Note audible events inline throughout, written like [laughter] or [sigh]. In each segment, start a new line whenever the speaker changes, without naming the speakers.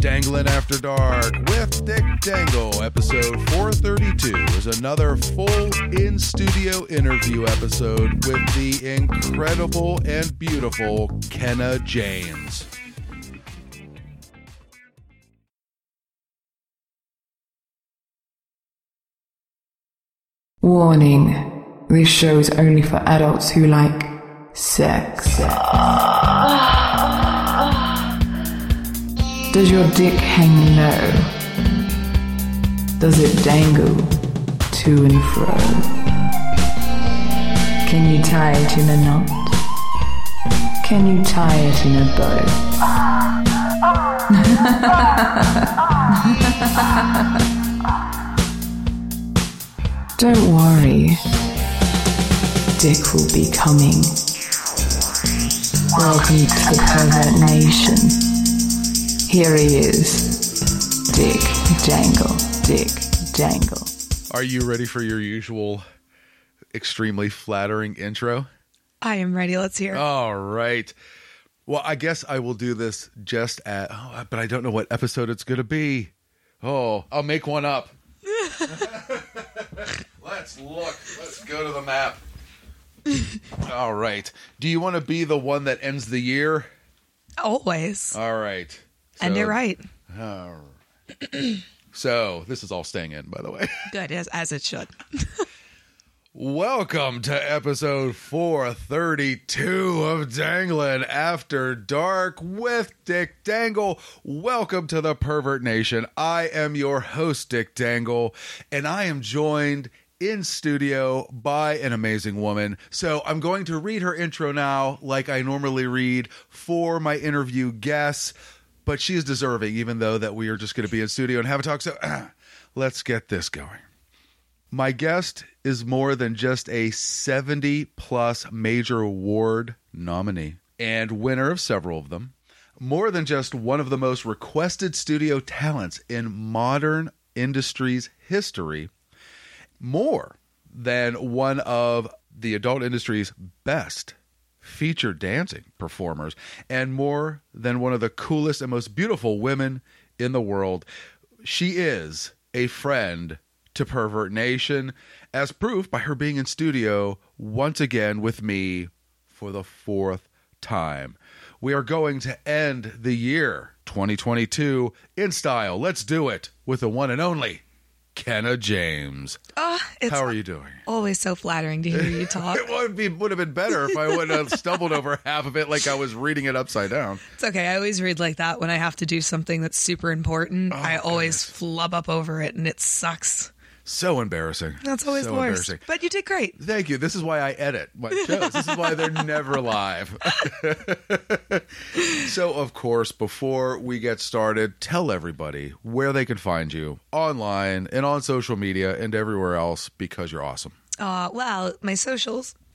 Dangling After Dark with Dick Dangle, episode 432, is another full in studio interview episode with the incredible and beautiful Kenna James.
Warning. This show is only for adults who like sex. Does your dick hang low? Does it dangle to and fro? Can you tie it in a knot? Can you tie it in a bow? Don't worry. Dick will be coming. Welcome to the Pervert Nation. Here he is. Dick Dangle. Dick Dangle.
Are you ready for your usual extremely flattering intro?
I am ready. Let's hear. it.
All right. Well, I guess I will do this just at, oh, but I don't know what episode it's going to be. Oh, I'll make one up. [laughs] Let's look. Let's go to the map. All right. Do you want to be the one that ends the year?
Always.
All right.
and
Oh, So-
you're right.
all right. [clears throat] So, this is all staying in, by the way.
Good, as, as it should.
Welcome to episode 432 of Danglin' After Dark with Dick Dangle. Welcome to the Pervert Nation. I am your host, Dick Dangle, and I am joined in studio by an amazing woman. So I'm going to read her intro now, like I normally read for my interview guests, but she is deserving, even though that we are just going to be in studio and have a talk. So [clears throat] let's get this going. My guest is more than just a 70 plus major award nominee and winner of several of them. More than just one of the most requested studio talents in modern industry's history, more than one of the adult industry's best featured dancing performers, and more than one of the coolest and most beautiful women in the world. She is a friend to Pervert Nation, as proof by her being in studio once again with me for the fourth time. We are going to end the year 2022 in style. Let's do it with the one and only Kenna James.
Oh, it's
How are you doing?
always so flattering to hear
[laughs]
you talk.
It would be would have been better if I would have stumbled over half of it like I was reading it upside down.
it's okay. I always read like that when I have to do something that's super
Oh,
important. I always flub up over it and it sucks.
So embarrassing.
That's always
so
the worst.
embarrassing.
But you did great.
Thank you. This is why I edit my shows. This is why they're never live. [laughs] so, of course, before we get started, tell everybody where they can find you online and on social media and everywhere else because you're awesome.
Uh, well, my socials, [clears throat]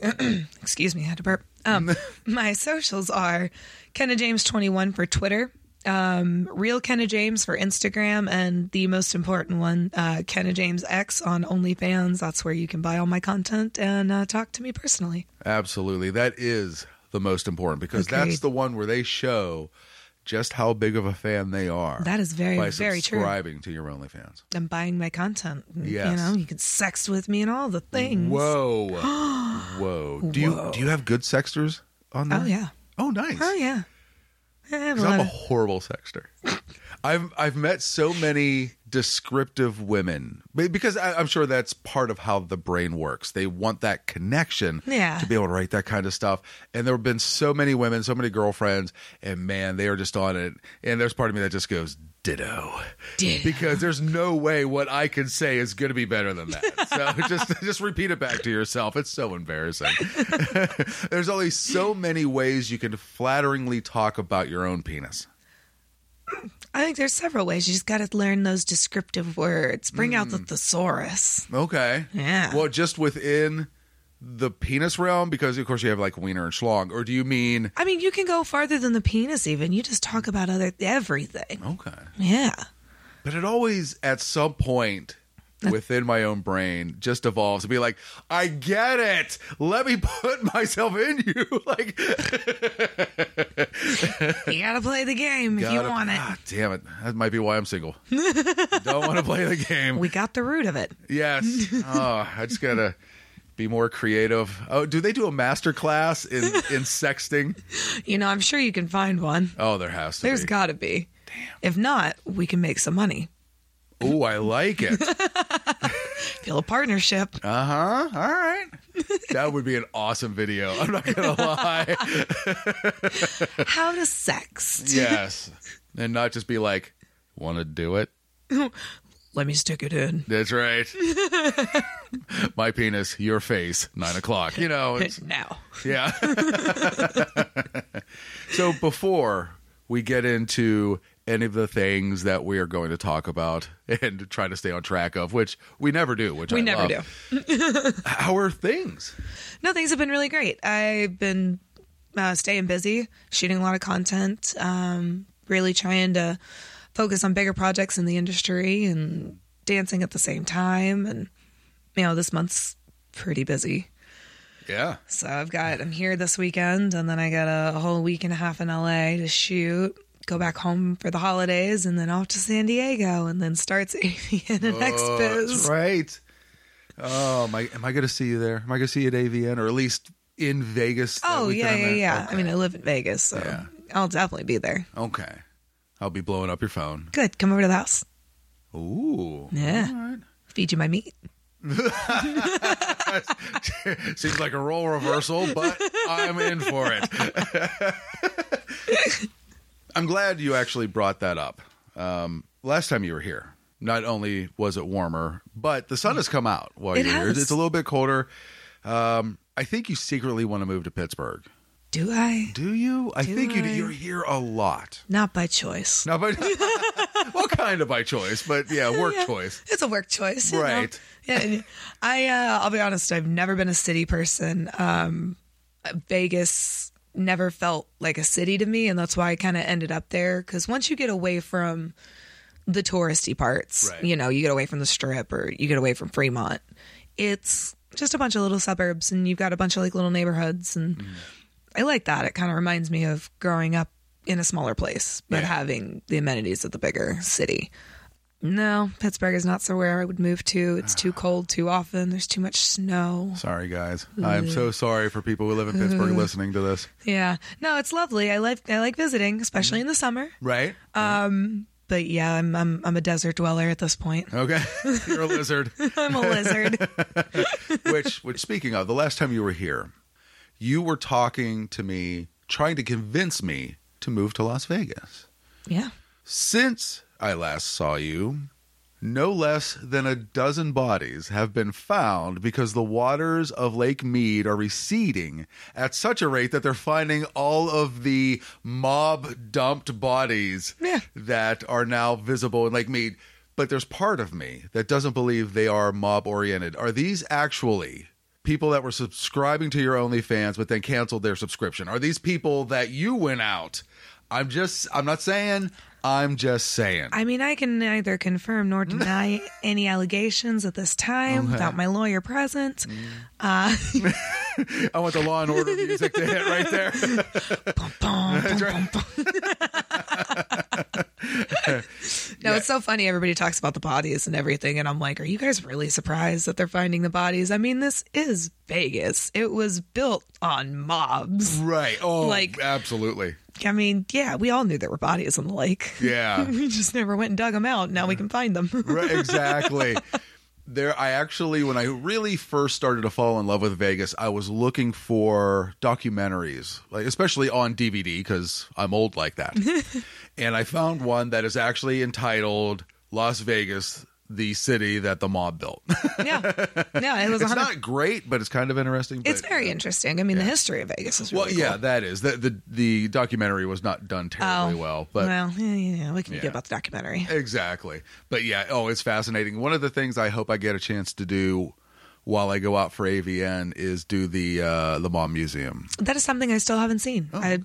excuse me, I had to burp.
[laughs]
Um, my socials are Kenna James 21 for Twitter, um, Real Kenna James for Instagram, and the most important one, uh, Kenna James X on OnlyFans. That's where you can buy all my content and uh, talk to me personally.
Absolutely. That is the most important because that's
Agreed.
the one where they show just how big of a fan they are.
That is very,
by
Oh, very true.
subscribing to your OnlyFans.
I'm buying my content. And,
Yes.
You know, you can sex with me and all the things. [gasps]
Whoa, whoa. Do you do you have good sexters on there?
Oh, yeah.
Oh, nice.
Oh, yeah. I have a
Because I'm
lot
a
of-
horrible sexter. I've I've met so many descriptive women Be- because I, I'm sure that's part of how the brain works. They want that connection
Yeah.
to be able to write that kind of stuff. And there have been so many women, so many girlfriends, and man, they are just on it. And there's part of me that just goes ditto,
Ditto.
because there's no way what I can say is going to be better than
[laughs]
that. So [laughs] just just repeat it back to yourself. It's so embarrassing. [laughs] there's only so many ways you can flatteringly talk about your own penis.
I think there's several ways. You just got to learn those descriptive words. Bring out
Hmm.
the thesaurus.
Okay.
Yeah.
Well, just within the penis realm, because of course you have like wiener and schlong, or do you mean?
I mean, you can go farther than the penis. Even you just talk about other everything.
Okay.
Yeah,
But it always, at some point within my own brain, just evolves to be like, I [laughs] get it. Let me put myself in you. like, [laughs]
you gotta play the game if you
Gotta-
want it.
Ah, damn it. That might be why I'm
[laughs]
single. Don't want to play the game.
We got the root of it.
Yes. Oh, I just gotta be more creative. Oh, do they do a master class in in sexting?
You know, I'm sure you can find one.
Oh, there has to
There's
be.
gotta be. If not, we can make some money.
Oh, I like
[laughs]
it.
Feel a partnership.
Uh huh. All right. That would be an awesome video. I'm not
[laughs]
gonna lie.
How to sext.
[laughs] Yes, and not just be like, want to do it.
Let me stick it in.
That's
[laughs]
right. My penis, your face, nine o'clock. You know,
[laughs]
it's,
Now.
Yeah. [laughs] so before we get into any of the things that we are going to talk about [laughs] and try to stay on track of, which we never do, which
We
I
never
love,
do.
Our things.
No, things have been really great. I've been uh, staying busy, shooting a lot of content, um, really trying to focus on bigger projects in the industry and dancing at the same time. And, you know, this month's pretty busy.
Yeah.
So I've got, I'm here this weekend, and then I got a whole week and a half in LA to shoot. Go back home for the holidays, and then off to San Diego, and then [laughs] starts AVN and
Oh, that's
Expos.
right. Oh, am I, am I going to see you there? Am I going to see you at AVN or at least in Vegas? that
Oh yeah,
weekend
yeah,
I'm
yeah.
at?
I mean, I live in Vegas, so
Yeah.
I'll definitely be there.
Okay. okay. I'll be blowing up your phone.
Good. Come over to the house.
Ooh.
Yeah.
All right.
Feed you my meat.
Seems like a role reversal, but I'm in for it. [laughs] I'm glad you actually brought that up. Um, last time you were here, not only was it warmer, but the sun has come out while
It
you're here.
has.
It's a little bit colder. Um, I think you secretly want to move to Pittsburgh.
Do I?
Do you? I
Do
think you do.
I?
You're here a lot.
Not by choice.
Now, but [laughs] well, kind of by choice, but yeah, work
[laughs] Yeah.
choice.
It's a work choice, you know?
Right.
Yeah, and I. Uh, I'll be honest. I've never been a city person. Um, Vegas never felt like a city to me, and that's why I kind of ended up there. Because once you get away from the touristy parts,
Right.
you know, you get away from the Strip or you get away from Fremont, it's just a bunch of little suburbs, and you've got a bunch of like little neighborhoods,
Mm-hmm.
and I like that. It kind of reminds me of growing up in a smaller place, but
Yeah.
having the amenities of the bigger city. No, Pittsburgh is not somewhere I would move to. It's too cold too often. There's too much snow.
Sorry, guys. I'm so sorry for people who live in Pittsburgh listening to this.
Yeah. No, it's lovely. I like I like visiting, especially in the summer.
Right?
But yeah, I'm I'm I'm a desert dweller at this point. [laughs]
Okay, [laughs] you're a lizard.
I'm a lizard.
which, which, speaking of, the last time you were here, you were talking to me, trying to convince me to move to Las Vegas.
yeah.
Since I last saw you, no less than a dozen bodies have been found because the waters of Lake Mead are receding at such a rate that they're finding all of the mob dumped bodies
Yeah.
that are now visible in Lake Mead. But there's part of me that doesn't believe they are mob oriented. Are these actually people that were subscribing to your OnlyFans but then canceled their subscription? Are these people that you went out? I'm just, I'm not saying, I'm just saying.
I mean, I can neither confirm nor deny any allegations at this time without my lawyer present.
I want the Law and Order music to hit right there.
Bum, bum, bum, bum. [laughs] no, it's so funny. Everybody talks about the bodies and everything, and I'm like, are you guys really surprised that they're finding the bodies? I mean, this is Vegas. It was built on mobs.
[laughs] Right. Oh,
Like-
absolutely.
I mean, yeah, we all knew there were bodies in the lake.
Yeah.
[laughs] we just never went and dug them out. Now we can find them.
Right, exactly. There, I actually, when I really first started to fall in love with Vegas, I was looking for documentaries, like especially on DVD because I'm old like that. [laughs] and I found one that is actually entitled "Las Vegas: The City That the Mob [laughs] Built."
[laughs] yeah, yeah, it was.
it's
100
not great, but it's kind of interesting.
it's
but-
very interesting. I mean, the history of Vegas is really
Well, yeah,
cool.
that is the the the documentary was not done terribly
Oh.
well, but
well, yeah, yeah, yeah, we can
Yeah.
do about the documentary.
Exactly. But yeah, oh, it's fascinating. One of the things I hope I get a chance to do while I go out for AVN is do the uh, Le Mans Museum.
That is something I still haven't seen. I,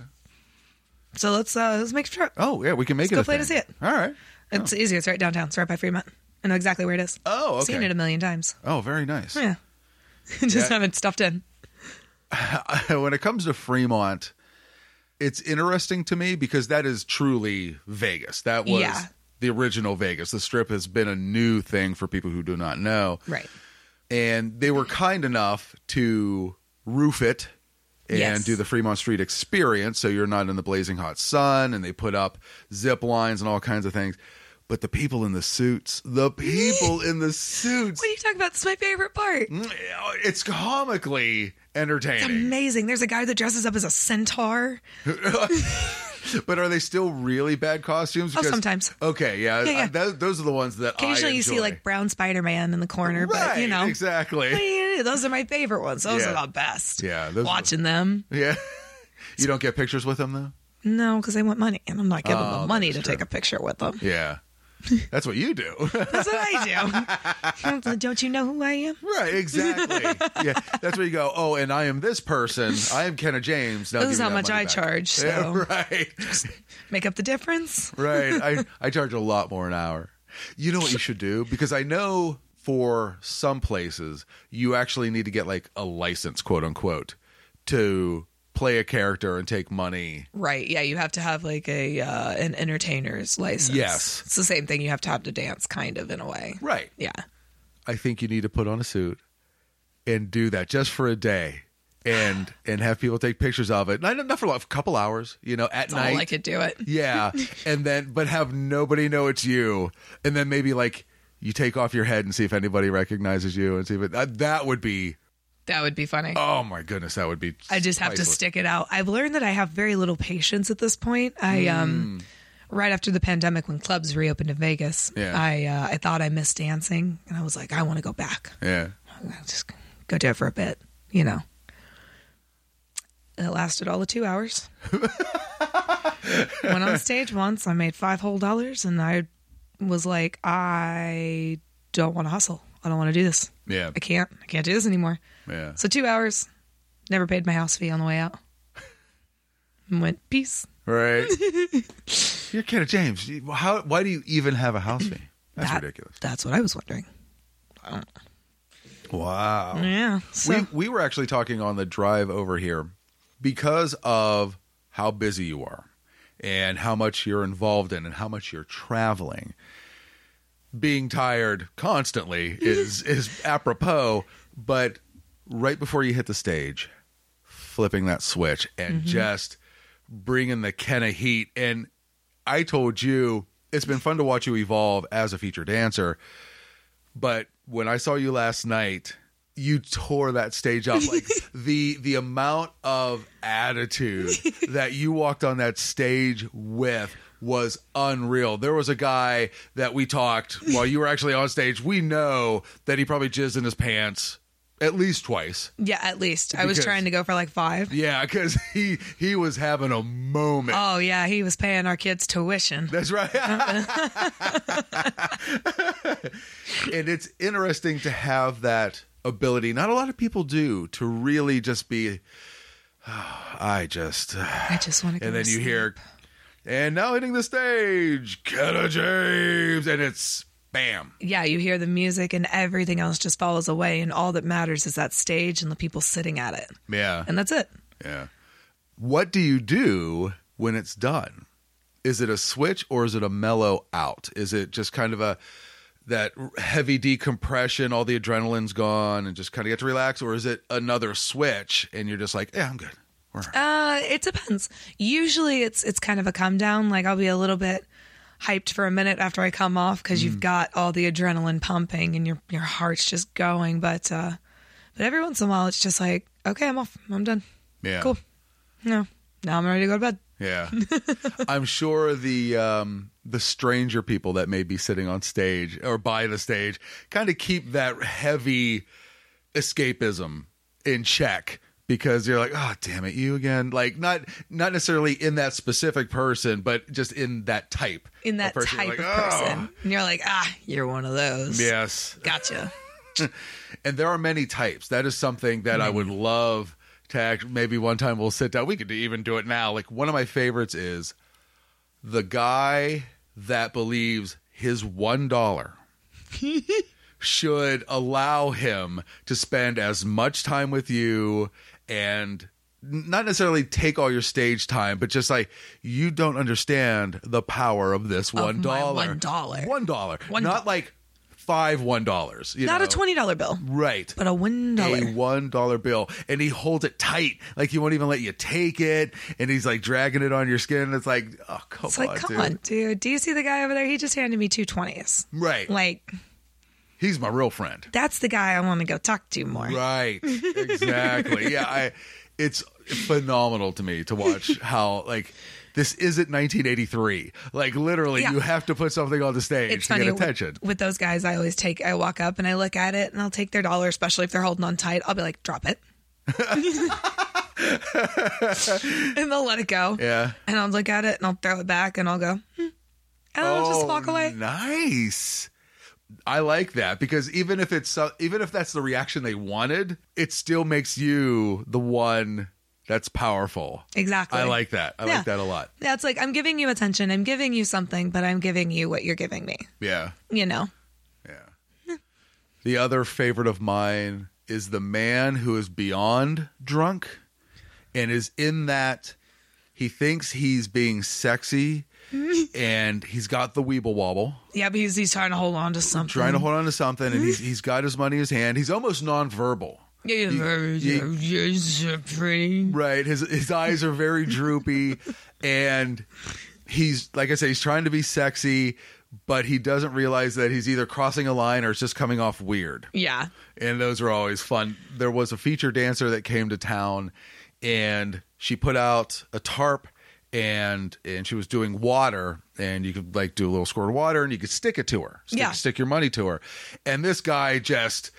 so let's uh, let's make a trip.
Oh yeah, we can make
Let's
it.
go
a
play to
thing.
see it.
All right.
It's easier. It's right downtown. It's right by Fremont. I know exactly where it is.
Oh, okay.
Seen it a million times.
Oh, very nice.
Yeah. [laughs] Just
Yeah.
haven't stuffed in.
[laughs] when it comes to Fremont, it's interesting to me because that is truly Vegas. That was
Yeah.
the original Vegas. The strip has been a new thing for people who do not know.
Right.
And they were kind enough to roof it and
Yes.
do the Fremont Street experience so you're not in the blazing hot sun and they put up zip lines and all kinds of things. But the people in the suits, the
[laughs]
people in the suits,
What are you talking about? It's my favorite part.
Mm. it's comically
It's
entertaining.
amazing. There's a guy that dresses up as a centaur.
But are they still really bad costumes?
Oh, sometimes.
Okay, yeah,
Yeah, yeah.
I- tho- those are the ones that I
Occasionally you see
enjoy.
like brown Spider Man in the corner,
right,
but you know.
exactly.
[laughs] Yeah, Those are my favorite ones. Those
Yeah.
are the best.
Yeah, those are-
Watching them.
[laughs]
[laughs]
Yeah, you don't get pictures with them though.
No, because they want money, and I'm not giving
Oh,
them money
that's
to
true.
take a picture with them. [laughs]
Yeah, that's what you do. [laughs]
That's what I do. Don't you know who I am?
right, exactly. yeah, that's where you go. Oh, and I am this person. I am Kenna James. Now
This
give
is
me
how
that
much
money
I
back.
charge. So
[laughs] Yeah, right.
make up the difference.
right. I, I charge a lot more an hour. You know what you should do? Because I know for some places, you actually need to get like a license, quote unquote, to play a character and take money.
Right. Yeah, you have to have like a uh, an entertainer's license.
Yes.
It's the same thing. You have to have to dance kind of in a way.
Right.
Yeah.
I think you need to put on a suit and do that just for a day. And and have people take pictures of it. Not, not for a lot- a couple hours, you know, at
That's
night.
all I could do it.
Yeah. And then, but have nobody know it's you. And then maybe like you take off your head and see if anybody recognizes you and see if it, that, that would be,
That would be funny.
oh my goodness, that would be.
I just have to
priceless.
stick it out. I've learned that I have very little patience at this point. I
Hmm.
um right after the pandemic when clubs reopened in Vegas,
Yeah.
I uh, I thought I missed dancing and I was like I want to go back.
Yeah.
I'll just go do it for a bit, you know. It lasted all of two
[laughs]
hours. Went on stage once. I made five whole dollars, and I was like, I don't want to hustle. I don't want to do this.
Yeah.
I can't. I can't do this anymore.
Yeah.
So two hours. Never paid my house fee on the way out. And went peace.
Right. You're Kenna James. You- How, why do you even have a house fee? That's
That-
ridiculous.
That's what I was wondering.
Wow.
Yeah. So
Oh. we, we were actually talking on the drive over here because of how busy you are and how much you're involved in and how much you're traveling being tired constantly is is apropos but right before you hit the stage flipping that switch and just bringing the kenna heat and i told you it's been fun to watch you evolve as a feature dancer but when I saw you last night, you tore that stage up. Like the the amount of attitude that you walked on that stage with was unreal. There was a guy that we talked while you were actually on stage. We know that he probably jizzed in his pants at least twice.
yeah, at least I was
Because-
trying to go for like five.
Yeah, because he he was having a moment.
Oh yeah, he was paying our kids tuition.
That's right. and [laughs] it's interesting to have that ability. Not a lot of people do to really just be. [sighs] "Ah, I just,
I just want to. go
and then
to
you
sleep.
hear, and now hitting the stage, Kenna James, and it's bam.
yeah, you hear the music and everything else just falls away, and all that matters is that stage and the people sitting at it,
Yeah,
and that's it.
yeah. What do you do when it's done? Is it a switch or is it a mellow out? Is it just kind of a that heavy decompression, all the adrenaline's gone, and just kind of get to relax, or is it another switch and you're just like, yeah, I'm good. We're all right."
Uh, it depends. Usually, it's it's kind of a come down. Like I'll be a little bit hyped for a minute after I come off because
Mm.
you've got all the adrenaline pumping and your your heart's just going. But uh, but every once in a while, it's just like, okay, I'm off. I'm done.
yeah,
Cool. No, now I'm ready to go to bed. [laughs]
Yeah, I'm sure the um, the stranger people that may be sitting on stage or by the stage kind of keep that heavy escapism in check because you're like, oh, damn it, you again. Like not not necessarily in that specific person, but just in that type.
In
of
that
person.
type
You're
of
like, "Oh."
person, and you're like, ah, you're one of those.
Yes,
Gotcha.
and there are many types. That is something that
Hmm.
I would love to act. Maybe one time we'll sit down. We could even do it now. Like one of my favorites is the guy that believes his one
[laughs]
dollar should allow him to spend as much time with you and not necessarily take all your stage time, but just like you don't understand the power of this one
my
dollar.
one dollar.
One dollar.
One
not
dollar.
like five one dollars. you
Not a
know?
twenty dollar bill,
Right.
but a one
a
dollar.
one dollar bill and he holds it tight like he won't even let you take it and he's like dragging it on your skin and it's like oh come
It's
on
like, come
dude
on, dude. Do you see the guy over there? He just handed me two twenties.
right
Like
he's my real friend
that's the guy I want to go talk to more.
Right.
[laughs]
Exactly. yeah, I it's phenomenal to me to
[laughs]
watch how like this isn't 1983. Like literally
Yeah.
you have to put something on the stage
It's
to
funny
get
with-
attention.
With, those guys. I always take. I walk up and I look at it, and I'll take their dollar, especially if they're holding on tight. I'll be like, drop it. [laughs] and they'll let it go.
[laughs] Yeah.
And I'll look at it and I'll throw it back and I'll go, hmm. and I'll just walk away.
Oh, Nice. I like that because even if it's so- even if that's the reaction they wanted, it still makes you the one that's powerful.
Exactly.
I like that. I
Yeah.
like that a lot.
That's like I'm giving you attention. I'm giving you something, but I'm giving you what you're giving me.
Yeah.
You know.
Yeah. The other favorite of mine is the man who is beyond drunk and is in that he thinks he's being
[laughs]
sexy and he's got the weeble wobble,
Yeah, because he's trying to hold on to something.
trying to hold on to something, and he's, he's got his money in his hand. He's almost nonverbal.
Yeah, yeah, yeah, yeah, pretty.
Right. His his eyes are very droopy and he's like I say, he's trying to be sexy, but he doesn't realize that he's either crossing a line or it's just coming off weird.
Yeah.
and those are always fun. There was a feature dancer that came to town, and she put out a tarp, and and she was doing water, and you could like do a little squirt of water, and you could stick it to her, stick,
Yeah.
stick your money to her, and this guy just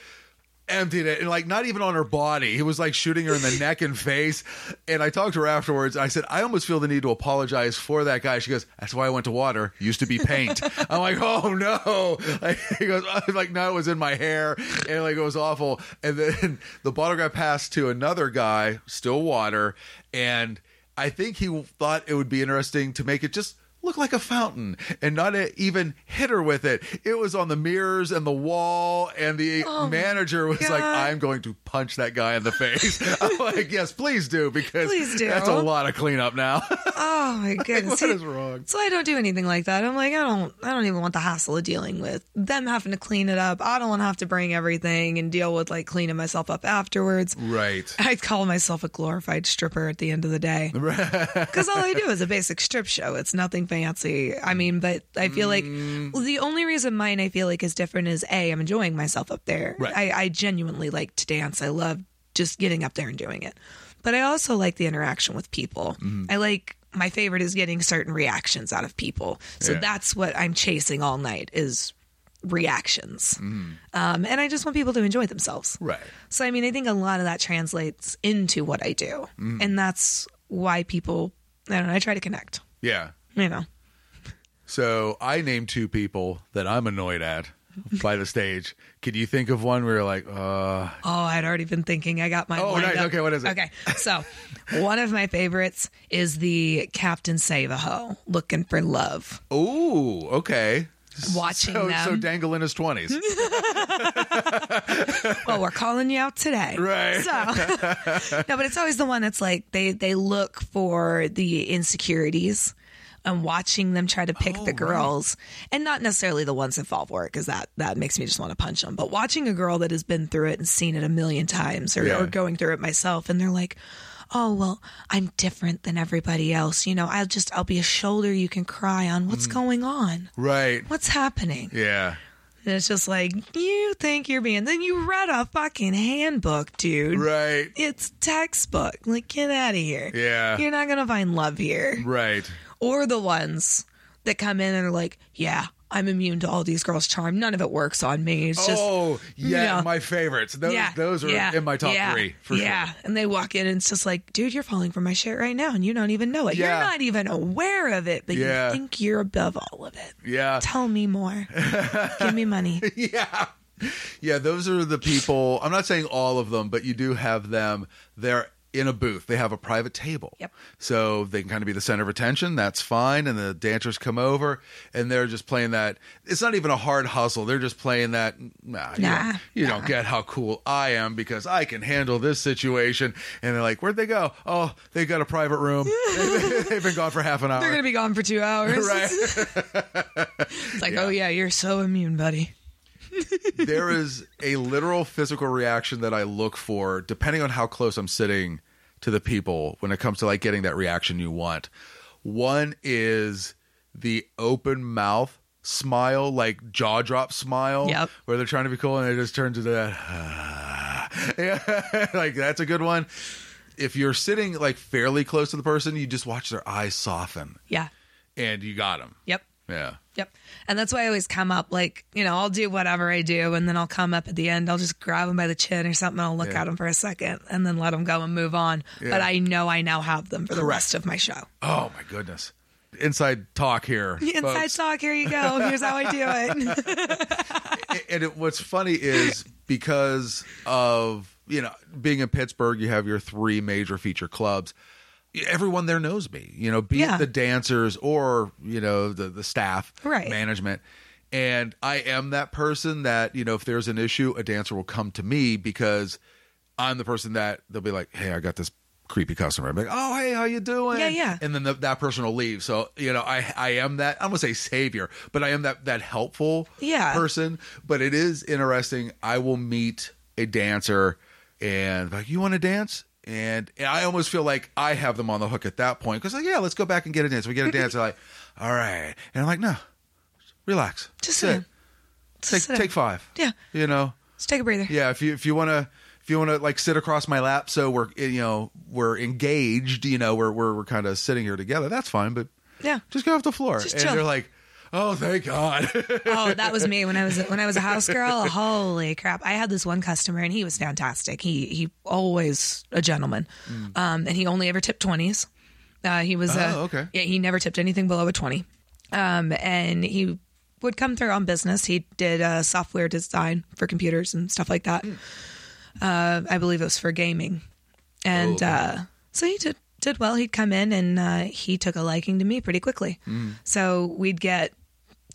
emptied it and like not even on her body he was like shooting her in the neck and face and i talked to her afterwards i said i almost feel the need to apologize for that guy she goes that's why i went to water used to be paint i'm like oh no like, he goes I'm like no it was in my hair and like it was awful and then [laughs] the bottle got passed to another guy still water and i think he thought it would be interesting to make it just look like a fountain and not a, even hit her with it. It was on the mirrors and the wall, and the manager was like,
God.
I'm going to punch that guy in the face. [laughs] I'm like, yes, please do, because
Please do.
that's a lot of cleanup now. [laughs]
Oh my goodness.
what is wrong?
So I don't do anything like that. I'm like, I don't I don't even want the hassle of dealing with them having to clean it up. I don't want to have to bring everything and deal with like cleaning myself up afterwards.
Right.
I call myself a glorified stripper at the end of
[laughs]
the day. Because all I do is a basic strip show. It's nothing fancy. I mean, but I feel like
Mm.
well, the only reason mine I feel like is different is A, I'm enjoying myself up there.
Right.
I, I genuinely like to dance. I love just getting up there and doing it. But I also like the interaction with people.
Mm-hmm.
I like my favorite is getting certain reactions out of people. So
Yeah.
that's what I'm chasing all night is reactions. Um, and I just want people to enjoy themselves.
Right.
So, I mean, I think a lot of that translates into what I do.
Mm.
And that's why people, I don't know, I try to connect,
Yeah.
you know.
So I named two people that I'm annoyed at by the stage. Could you think of one where you're like, uh,
Oh, I'd already been thinking. I got my.
Oh,
lined
nice.
up.
Okay, what is it?
Okay, so one of my favorites is the Captain Save a Ho looking for love.
ooh, okay.
Watching
so,
them.
so dangle in his
[laughs]
20s.
well, Oh, we're calling you out today.
Right.
So, no, but it's always the one that's like they they look for the insecurities and watching them try to pick
Oh,
the girls and not necessarily the ones that fall for it because that that makes me just want to punch them. But watching a girl that has been through it and seen it a million times or,
Yeah.
or going through it myself and they're like. Oh well, I'm different than everybody else. You know, I'll just I'll be a shoulder you can cry on. What's going on?
right.
What's happening?
Mm. Yeah.
And it's just like, you think you're being, then you read a fucking handbook, dude.
Right.
It's textbook. Like, get out of here.
Yeah.
You're not going to find love here.
Right.
Or the ones that come in and are like, yeah, I'm immune to all these girls' charm. None of it works on me. It's just.
oh yeah,
yeah.
my favorites. Those
yeah,
those are
yeah,
in my top
yeah,
three for
yeah.
sure.
and they walk in and it's just like, dude, you're falling for my shit right now, and you don't even know it.
Yeah.
You're not even aware of it, but
Yeah.
you think you're above all of it.
Yeah,
Tell me more.
[laughs]
Give me money.
yeah, yeah. Those are the people. I'm not saying all of them, but you do have them. They're in a booth. They have a private table.
Yep.
So they can kind of be the center of attention. That's fine. And the dancers come over and they're just playing that. It's not even a hard hustle. They're just playing that. Nah, you,
Nah,
don't, you don't get how cool I am because I can handle this situation. And they're like, where'd they go? Oh, they got a private
[laughs]
room. [laughs] They've been gone for half an hour.
They're gonna be gone for two
[laughs]
hours.
right.
It's like,
Yeah.
oh yeah, you're so immune, buddy.
there is a literal physical reaction that I look for depending on how close I'm sitting to the people when it comes to like getting that reaction you want. One is the open mouth smile, like jaw drop smile,
Yep.
where they're trying to be cool and it just turns into that. [laughs] yeah, like that's a good one. If you're sitting like fairly close to the person, you just watch their eyes soften
Yeah.
and you got them.
Yep.
Yeah.
Yep. And that's why I always come up like, you know, I'll do whatever I do and then I'll come up at the end. I'll just grab them by the chin or something. I'll look
Yeah.
at them for a second and then let them go and move on. But I know I now have them for the
Correct.
rest of my show.
Oh my goodness. Inside talk here.
[laughs] Inside
folks.
talk, here you go. Here's how I do it.
and it, what's funny is because of you know being in Pittsburgh, you have your three major feature clubs. Everyone there knows me, you know, be
Yeah.
it the dancers or you know the the staff,
Right.
management. And I am that person that you know if there's an issue, a dancer will come to me because I'm the person that they'll be like, "Hey, I got this creepy customer." I'm like, "Oh, hey, how you doing?"
Yeah, yeah.
And then the, that person will leave. So you know, I I am that. I'm gonna say savior, but I am that that helpful
Yeah.
person person, but it is interesting. I will meet a dancer and like, you want to dance? And, and I almost feel like I have them on the hook at that point because like, yeah, let's go back and get a dance. We get a dance. They're like, [laughs] all right, and I'm like, no, relax,
[laughs] Just sit
sit,
down.
take
sit down.
take five.
Yeah.
you know,
Let's take a breather.
yeah. If you if you want to if you want to like sit across my lap, so we're you know we're engaged. You know, we're we're we're kind of sitting here together. That's fine, but
Yeah.
just go off the floor.
Just
and
chill.
they're like, oh, thank God. [laughs]
oh, that was me when I was when I was a house girl. Holy crap! I had this one customer, and he was fantastic. He he always a gentleman, um, and he only ever tipped twenties. Uh, he was uh,
Mm. Oh, okay.
Yeah, he never tipped anything below a twenty, um, and he would come through on business. He did uh, software design for computers and stuff like
Hmm.
that. Uh, I believe it was for gaming, and uh, so he did did well. He'd come in, and uh, he took a liking to me pretty quickly. So we'd get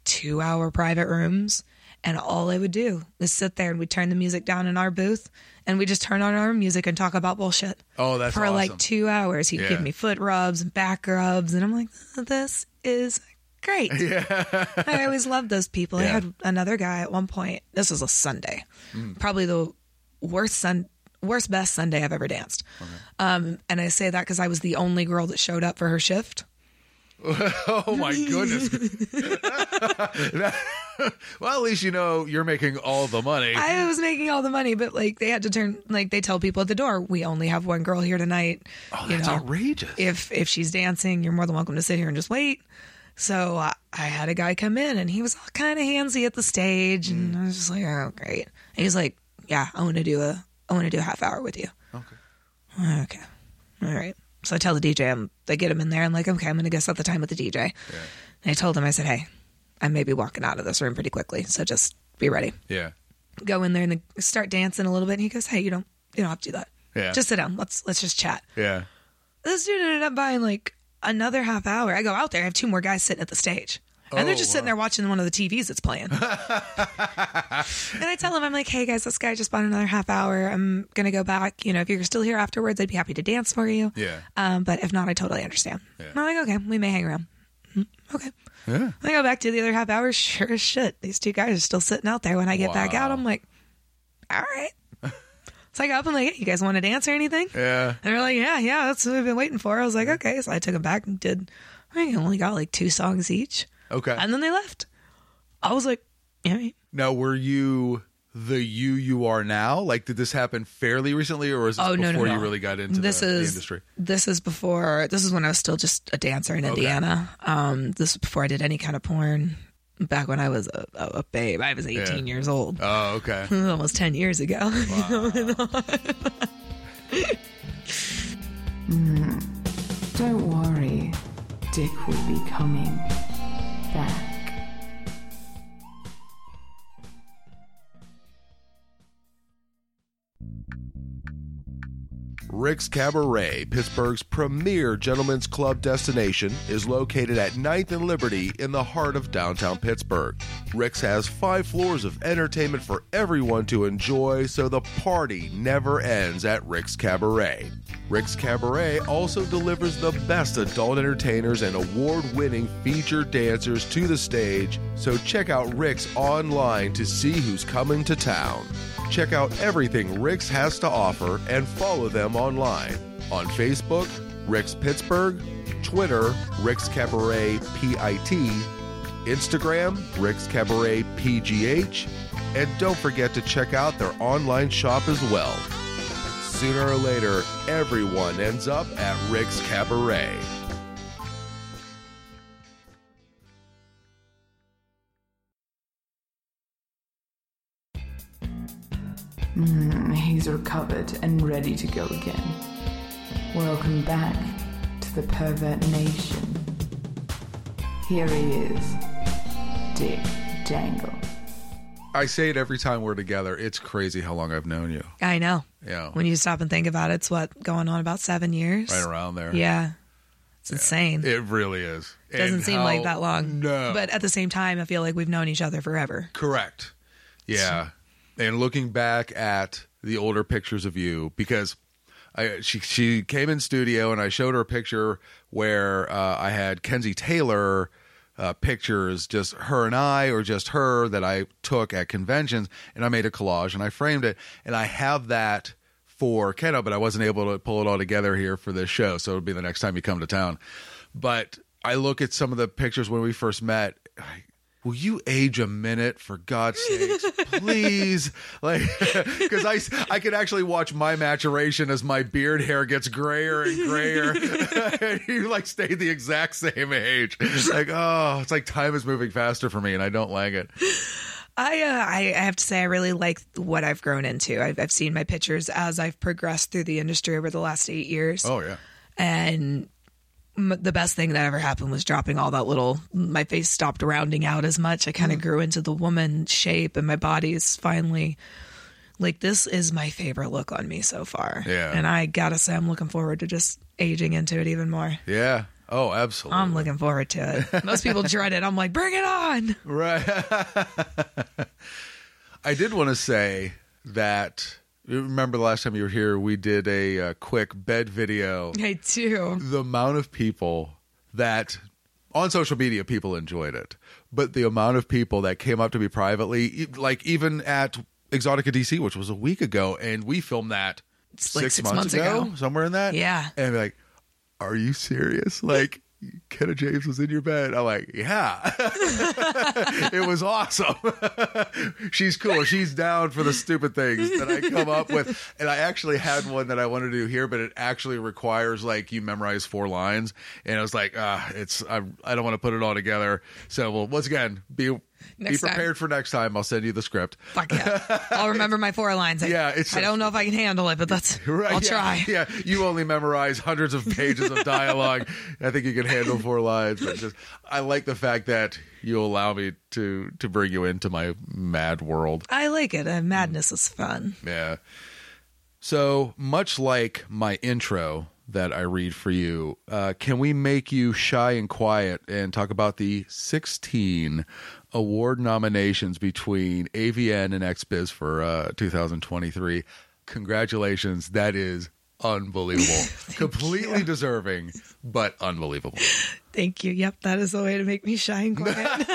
two hour private rooms. And all I would do is sit there and we'd turn the music down in our booth and we just turn on our music and talk about bullshit.
Oh, that's
For like
awesome.
two hours. He'd
Yeah.
give me foot rubs and back rubs. And I'm like, "Oh, this is
[laughs]
great. I always loved those people. I
Yeah.
had another guy at one point. This was a Sunday,
Mm.
probably the worst sun, worst best Sunday I've ever danced. Um, and I say that because I was the only girl that showed up for her shift.
Oh my goodness. That- [laughs] well, at least you know you're making all the money.
I was making all the money, but like they had to turn, like they tell people at the door, we only have one girl here tonight.
oh, that's outrageous.
if if she's dancing, you're more than welcome to sit here and just wait. So I, I had a guy come in and he was all kind of handsy at the stage, and I was just like, oh great. And he's like, yeah, I want to do a I want to do a half hour with you.
Okay.
Okay. All right. So I tell the DJ, I'm, I get him in there. I'm like, okay, I'm going to go set the time with the DJ. And I told him, I said, hey, I may be walking out of this room pretty quickly, so just be ready
Yeah.
go in there and start dancing a little bit. And he goes, "Hey, you don't you don't have to do that.
Yeah.
Just sit down. Let's let's just chat."
Yeah.
This dude ended up buying like another half hour. I go out there, I have two more guys sitting at the stage. And they're
Oh,
just sitting there watching one of the TVs
[laughs]
that's playing. and I tell him, I'm like, hey guys, this guy just bought another half hour. I'm going to go back. You know, if you're still here afterwards, I'd be happy to dance for you.
Yeah.
Um, but if not, I totally understand.
Yeah.
And I'm like, okay, we may hang around. Mm, Okay.
Yeah.
I go back to the other half hour. [laughs] Sure as shit, these two guys are still sitting out there. When I get back out,
Wow.
I'm like, all right. [laughs] so I go up and like, hey, you guys want to dance or anything?
Yeah.
And they're like, yeah, yeah, that's what we've been waiting for. I was like, okay. So I took them back and did. I think I only got like two songs each,
Okay.
and then they left. I was like, yeah, right.
now, were you the you you are now? Like, did this happen fairly recently, or is this
Oh, no,
before
no,
you
no.
really got into
this
the, the
is
industry?
this is before this is when I was still just a dancer in Indiana. Um, this is before I did any kind of porn. Back when I was a, a a babe, I was 18 years old.
Oh, okay.
[laughs] almost 10 years ago.
Don't worry, Dick will be coming back.
Rick's Cabaret, Pittsburgh's premier gentlemen's club destination, is located at 9th and Liberty in the heart of downtown Pittsburgh. Rick's has five floors of entertainment for everyone to enjoy, so the party never ends at Rick's Cabaret. Rick's Cabaret also delivers the best adult entertainers and award winning featured dancers to the stage, so check out Rick's online to see who's coming to town. Check out everything Rick's has to offer and follow them online on Facebook, Rick's Pittsburgh, Twitter, Rick's Cabaret PIT, Instagram, Rick's Cabaret PGH, and don't forget to check out their online shop as well. Sooner or later, everyone ends up at Rick's Cabaret.
Mm, he's recovered and ready to go again. Welcome back to the Pervert Nation. Here he is, Dick Dangle.
I say it every time we're together. It's crazy how long I've known you.
[laughs] I know.
Yeah.
When you stop and think about it, it's what going on about seven years.
Right around there.
Yeah, it's insane.
It really is.
Doesn't
And
seem
how-
like that long.
No.
But at the same time, I feel like we've known each other forever.
Correct. Yeah. And looking back at the older pictures of you, because I, she she came in studio and I showed her a picture where uh, I had Kenzie Taylor uh, pictures, just her and I, or just her that I took at conventions, and I made a collage and I framed it, and I have that for Keno, but I wasn't able to pull it all together here for this show, so it'll be the next time you come to town. But I look at some of the pictures when we first met. I, will you age a minute for God's sakes, please? Like, [laughs] because I I could actually watch my maturation as my beard hair gets grayer and grayer. [laughs] and you like stayed the exact same age. It's like, oh, it's like time is moving faster for me, and I don't like it.
I, uh, I I have to say I really like what I've grown into. I've, I've seen my pictures as I've progressed through the industry over the last eight years,
Oh yeah,
and m- the best thing that ever happened was dropping all that little. My face stopped rounding out as much. I kind of grew into the woman shape, and my body is finally like this is my favorite look on me so far.
Yeah.
and I gotta say I'm looking forward to just aging into it even more.
yeah. Oh, absolutely.
I'm looking forward to it. Most people dread it. I'm like, bring it on.
Right. I did want to say that. Remember the last time you were here, we did a, uh quick bed video.
I do.
The amount of people that on social media people enjoyed it, but the amount of people that came up to me privately, e- like even at Exotica DC, which was a week ago, and we filmed that
It's like six months ago.
somewhere in that.
Yeah.
and be like, are you serious? Like. Kenna James was in your bed. I'm like, yeah. it was awesome. [laughs] She's cool. She's down for the stupid things that I come up with. And I actually had one that I wanted to do here, but it actually requires like you memorize four lines. And I was like, ah, it's I, I don't want to put it all together. So well, once again, be
Next
be
time.
prepared for next time. I'll send you the script. [laughs]
Fuck yeah. I'll remember my four lines. I,
Yeah, it's-
I don't know if I can handle it, but that's.
[laughs]
I'll
yeah,
try.
Yeah, you only memorize hundreds of pages of dialogue. I think you can handle four lines. But just, I like the fact that you allow me to to bring you into my mad world.
I like it. Uh, madness is fun.
Yeah. So much like my intro that I read for you, uh, can we make you shy and quiet and talk about the 16 award nominations between AVN and XBiz for uh, 2023? Congratulations. That is unbelievable. Completely deserving, but unbelievable.
Thank you. Yep, that is the way to make me
[laughs]
shy and quiet.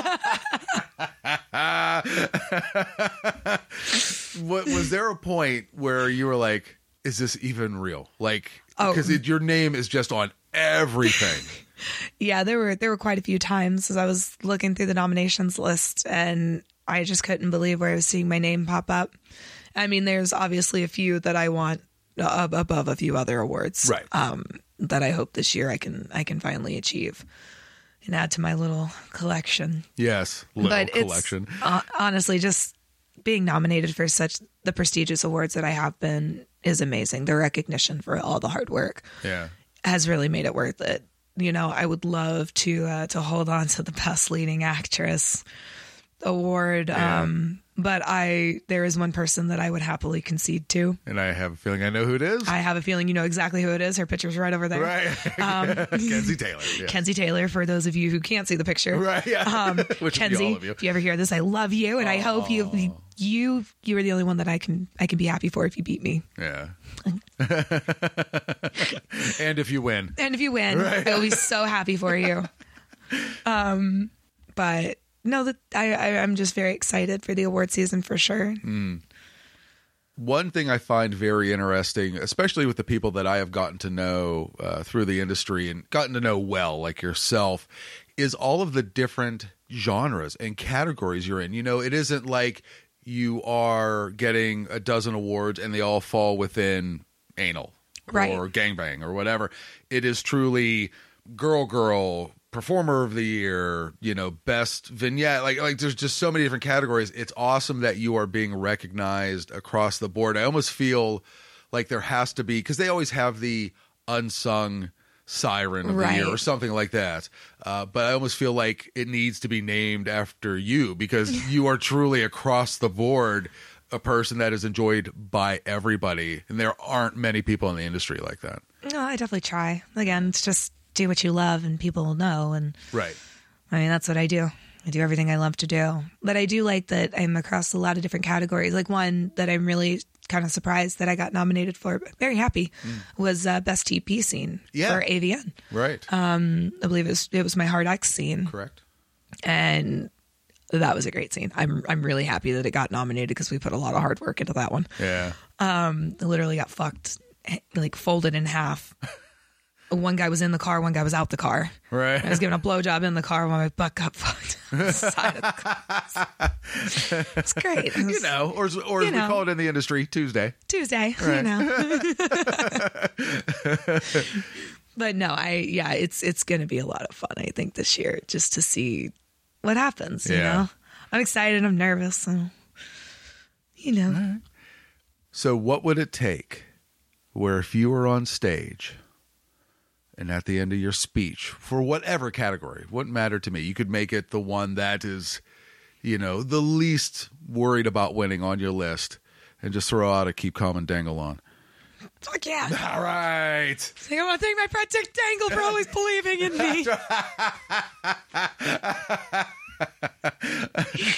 What, was there a point where you were like, is this even real? Like,
Oh.
because your name is just on everything.
yeah, there were there were quite a few times as I was looking through the nominations list, and I just couldn't believe where I was seeing my name pop up. I mean, there's obviously a few that I want uh, ab- above a few other awards,
Right.
Um, that I hope this year I can I can finally achieve and add to my little collection.
Yes, little collection.
It's, uh, honestly, just being nominated for such the prestigious awards that I have been is amazing. The recognition for all the hard work
Yeah.
has really made it worth it. You know, I would love to uh, to hold on to the best leading actress award. Um, but I there is one person that I would happily concede to.
And I have a feeling I know who it is.
I have a feeling you know exactly who it is. Her picture's right over
[laughs]
there.
right.
um,
[laughs] Kenzie Taylor. yeah.
Kenzie Taylor, for those of you who can't see the
[laughs]
picture.
right. Yeah. [laughs]
Um,
Which would be
Kenzie,
all of you.
if you ever hear this, I love you, and I hope you you you are the only one that I can I can be happy for if you beat me,
Yeah. [laughs] and if you win,
and if you win, I
[laughs]
will be so happy for you. um, but no, that I, I I'm just very excited for the award season for sure.
Mm. one thing I find very interesting, especially with the people that I have gotten to know uh, through the industry and gotten to know well, like yourself, is all of the different genres and categories you're in. You know, it isn't like you are getting a dozen awards and they all fall within anal
Right.
or gangbang or whatever. It is truly girl, girl, performer of the year, you know, best vignette. Like, like there's just so many different categories. It's awesome that you are being recognized across the board. I almost feel like there has to be because they always have the unsung siren of the year
Right.
or something like that. Uh, but I almost feel like it needs to be named after you because
[laughs]
you are truly across the board a person that is enjoyed by everybody, and there aren't many people in the industry like that.
No, I definitely try. Again, it's just do what you love, and people will know, and
Right.
I mean, that's what I do. I do everything I love to do. But I do like that I'm across a lot of different categories. Like one that I'm really kind of surprised that I got nominated for, but very happy, was uh, Best TP scene
Mm. Yeah.
for AVN.
Right.
Uh, I believe it was, it was my Hard X scene.
Correct.
And that was a great scene. I'm, I'm really happy that it got nominated because we put a lot of hard work into that one.
Yeah.
It literally got fucked, eh, like folded
[laughs]
in half. one guy was in the car, one guy was out the car.
Right.
I was giving a blowjob in the car when my butt got fucked. [laughs] on the side of the car. it's great. It
[laughs]
was
you know, or as, or as
You
we
know.
call it in the industry, Tuesday.
Tuesday, you know.
[laughs]
but no, I yeah, it's it's gonna be a lot of fun. I think this year just to see what happens. You
Yeah.
know, I'm excited. I'm nervous. So, you know,
So, what would it take where if you were on stage and at the end of your speech, for whatever category, wouldn't matter to me, you could make it the one that is, you know, the least worried about winning on your list and just throw out a keep calm and dangle on?
fuck yeah.
All right.
I think I want to thank my friend Dick Dangle
[laughs]
for always believing in me.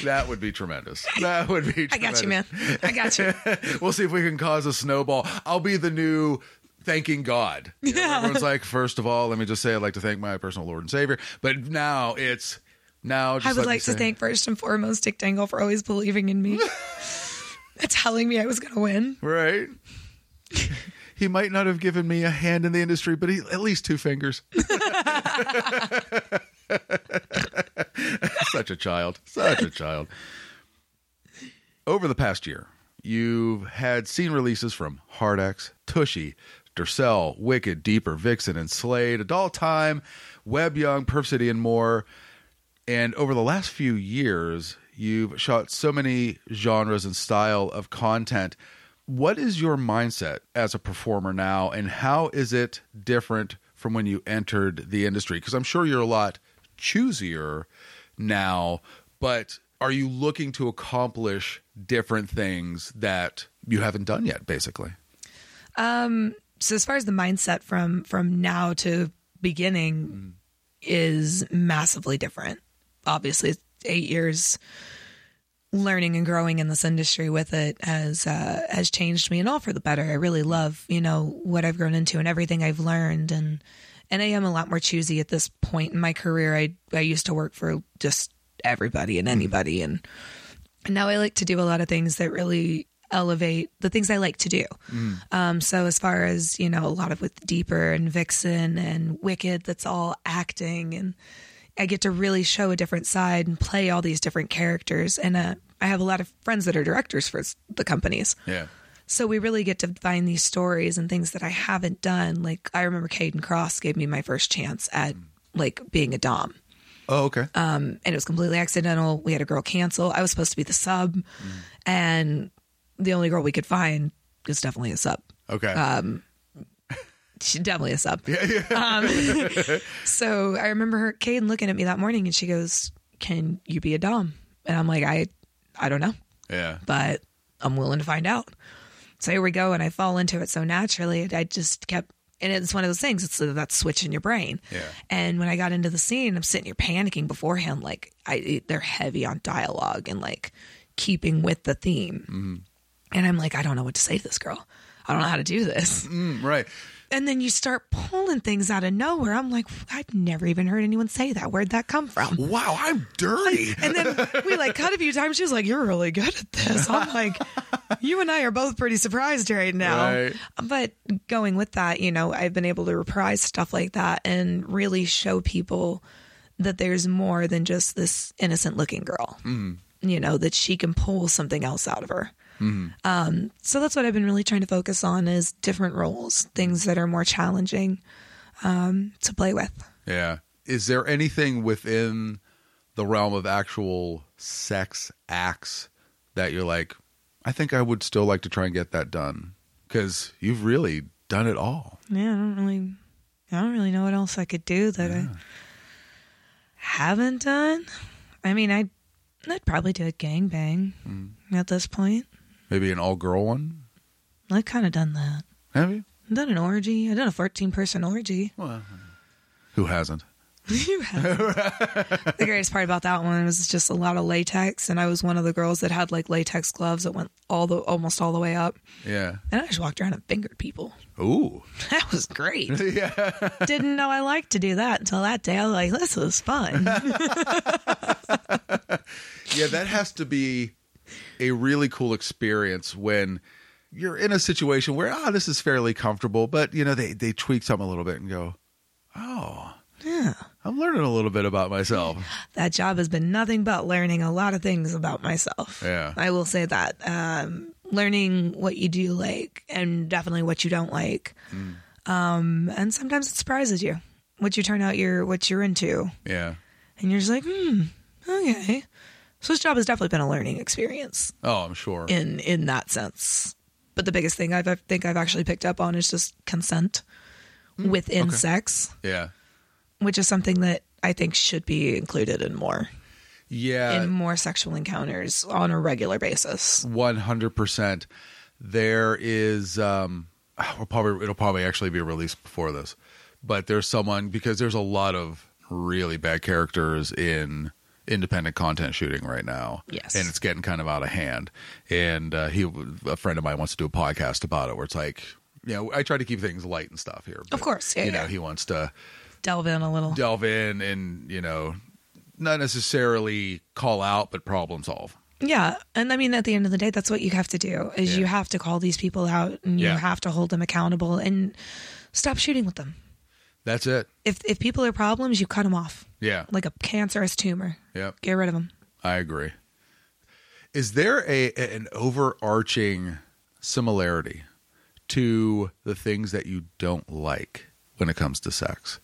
That would be tremendous. That would be tremendous.
I got you, man. I got you.
[laughs] we'll see if we can cause a snowball. I'll be the new thanking God. You know,
Yeah.
Everyone's like, first of all, let me just say I'd like to thank my personal Lord and Savior. But now it's now just
I would
let me
like to
say-
thank first and foremost Dick Dangle for always believing in
[laughs]
me. and telling me I was going to win.
right. [laughs] he might not have given me a hand in the industry, but he, at least two fingers. [laughs] Such a child. Such a child. Over the past year, you've had scene releases from Hardax, Tushy, Durcell, Wicked, Deeper, Vixen, and Slade, Adult Time, Web Young, Perf City, and more. And over the last few years, you've shot so many genres and style of content. What is your mindset as a performer now, and how is it different from when you entered the industry? Because I'm sure you're a lot choosier now, but are you looking to accomplish different things that you haven't done yet, basically?
so as far as the mindset from from now to beginning is massively different obviously it's eight years learning and growing in this industry with it has uh, has changed me and all for the better i really love you know what i've grown into and everything i've learned and and i am a lot more choosy at this point in my career i i used to work for just everybody and anybody and and now I like to do a lot of things that really elevate the things I like to do. Um, so as far as you know, a lot of with Deeper and Vixen and Wicked, that's all acting, and I get to really show a different side and play all these different characters. And uh, I have a lot of friends that are directors for s- the companies,
Yeah.
so we really get to find these stories and things that I haven't done. Like I remember Caden Cross gave me my first chance at like being a dom Um,
Oh, okay.
and it was completely accidental. We had a girl cancel. I was supposed to be the sub, and the only girl we could find is definitely a sub.
okay.
She definitely a sub. Um, so I remember her, Caden, looking at me that morning, and she goes, "Can you be a dom?" And I'm like, I, I don't know,
Yeah.
but I'm willing to find out. So here we go. And I fall into it so naturally. I just kept, and it's one of those things, it's that switch in your brain.
Yeah.
And when I got into the scene, I'm sitting here panicking beforehand. Like, I, they're heavy on dialogue and like keeping with the theme. And I'm like, I don't know what to say to this girl. I don't know how to do this.
Mm, right.
And then you start pulling things out of nowhere. I'm like, I've never even heard anyone say that. Where'd that come from?
Wow, I'm dirty.
And then we like cut a few times. She was like, "You're really good at this." I'm like, "You and I are both pretty surprised right now."
Right.
But going with that, you know, I've been able to reprise stuff like that and really show people that there's more than just this innocent-looking girl. You know that she can pull something else out of her. Um, so that's what I've been really trying to focus on is different roles, things that are more challenging um, to play with.
Yeah. Is there anything within the realm of actual sex acts that you're like, I think I would still like to try and get that done? Because you've really done it all.
Yeah, I don't really, I don't really know what else I could do that I haven't done. I mean, I'd, I'd probably do a gangbang at this point.
Maybe an all girl one?
I've kind of done that.
Have you?
I've done an orgy. I've done a fourteen-person orgy.
Who hasn't?
[laughs] You have. the greatest part about that one was just a lot of latex, and I was one of the girls that had like latex gloves that went all the almost all the way up,
Yeah.
and I just walked around and fingered people. [laughs]
Ooh. [laughs]
That was great.
yeah.
Didn't know I liked to do that until that day. I was like, this is fun.
Yeah, that has to be a really cool experience when you're in a situation where ah, this is fairly comfortable, but you know they they tweak something a little bit and go, oh,
Yeah.
I'm learning a little bit about myself.
that job has been nothing but learning a lot of things about myself.
Yeah.
I will say that. Um, learning what you do like and definitely what you don't like. Um, and sometimes it surprises you what you turn out you're what you're into.
Yeah.
And you're just like, hmm, okay. So this job has definitely been a learning experience
Oh, I'm sure.
in in that sense. But the biggest thing I've, I think I've actually picked up on is just consent within sex,
Yeah.
which is something that I think should be included in more
Yeah.
in more sexual encounters on a regular basis.
One hundred percent. There is. Um, we'll probably it'll probably actually be released before this, but there's someone because there's a lot of really bad characters in independent content shooting right now.
Yes.
and it's getting kind of out of hand. And uh, he, a friend of mine, wants to do a podcast about it where it's like, you know, I try to keep things light and stuff here. but,
course, yeah,
you know,
yeah.
he wants to
Delve in a little.
delve in and you know, not necessarily call out, but problem solve.
Yeah. And I mean at the end of the day that's what you have to do is
Yeah.
you have to call these people out and
Yeah.
you have to hold them accountable and stop shooting with them.
That's it.
If if people are problems, you cut them off.
Yeah.
Like a cancerous tumor.
Yep.
Get rid of them.
I agree. Is there a an overarching similarity to the things that you don't like when it comes to sex?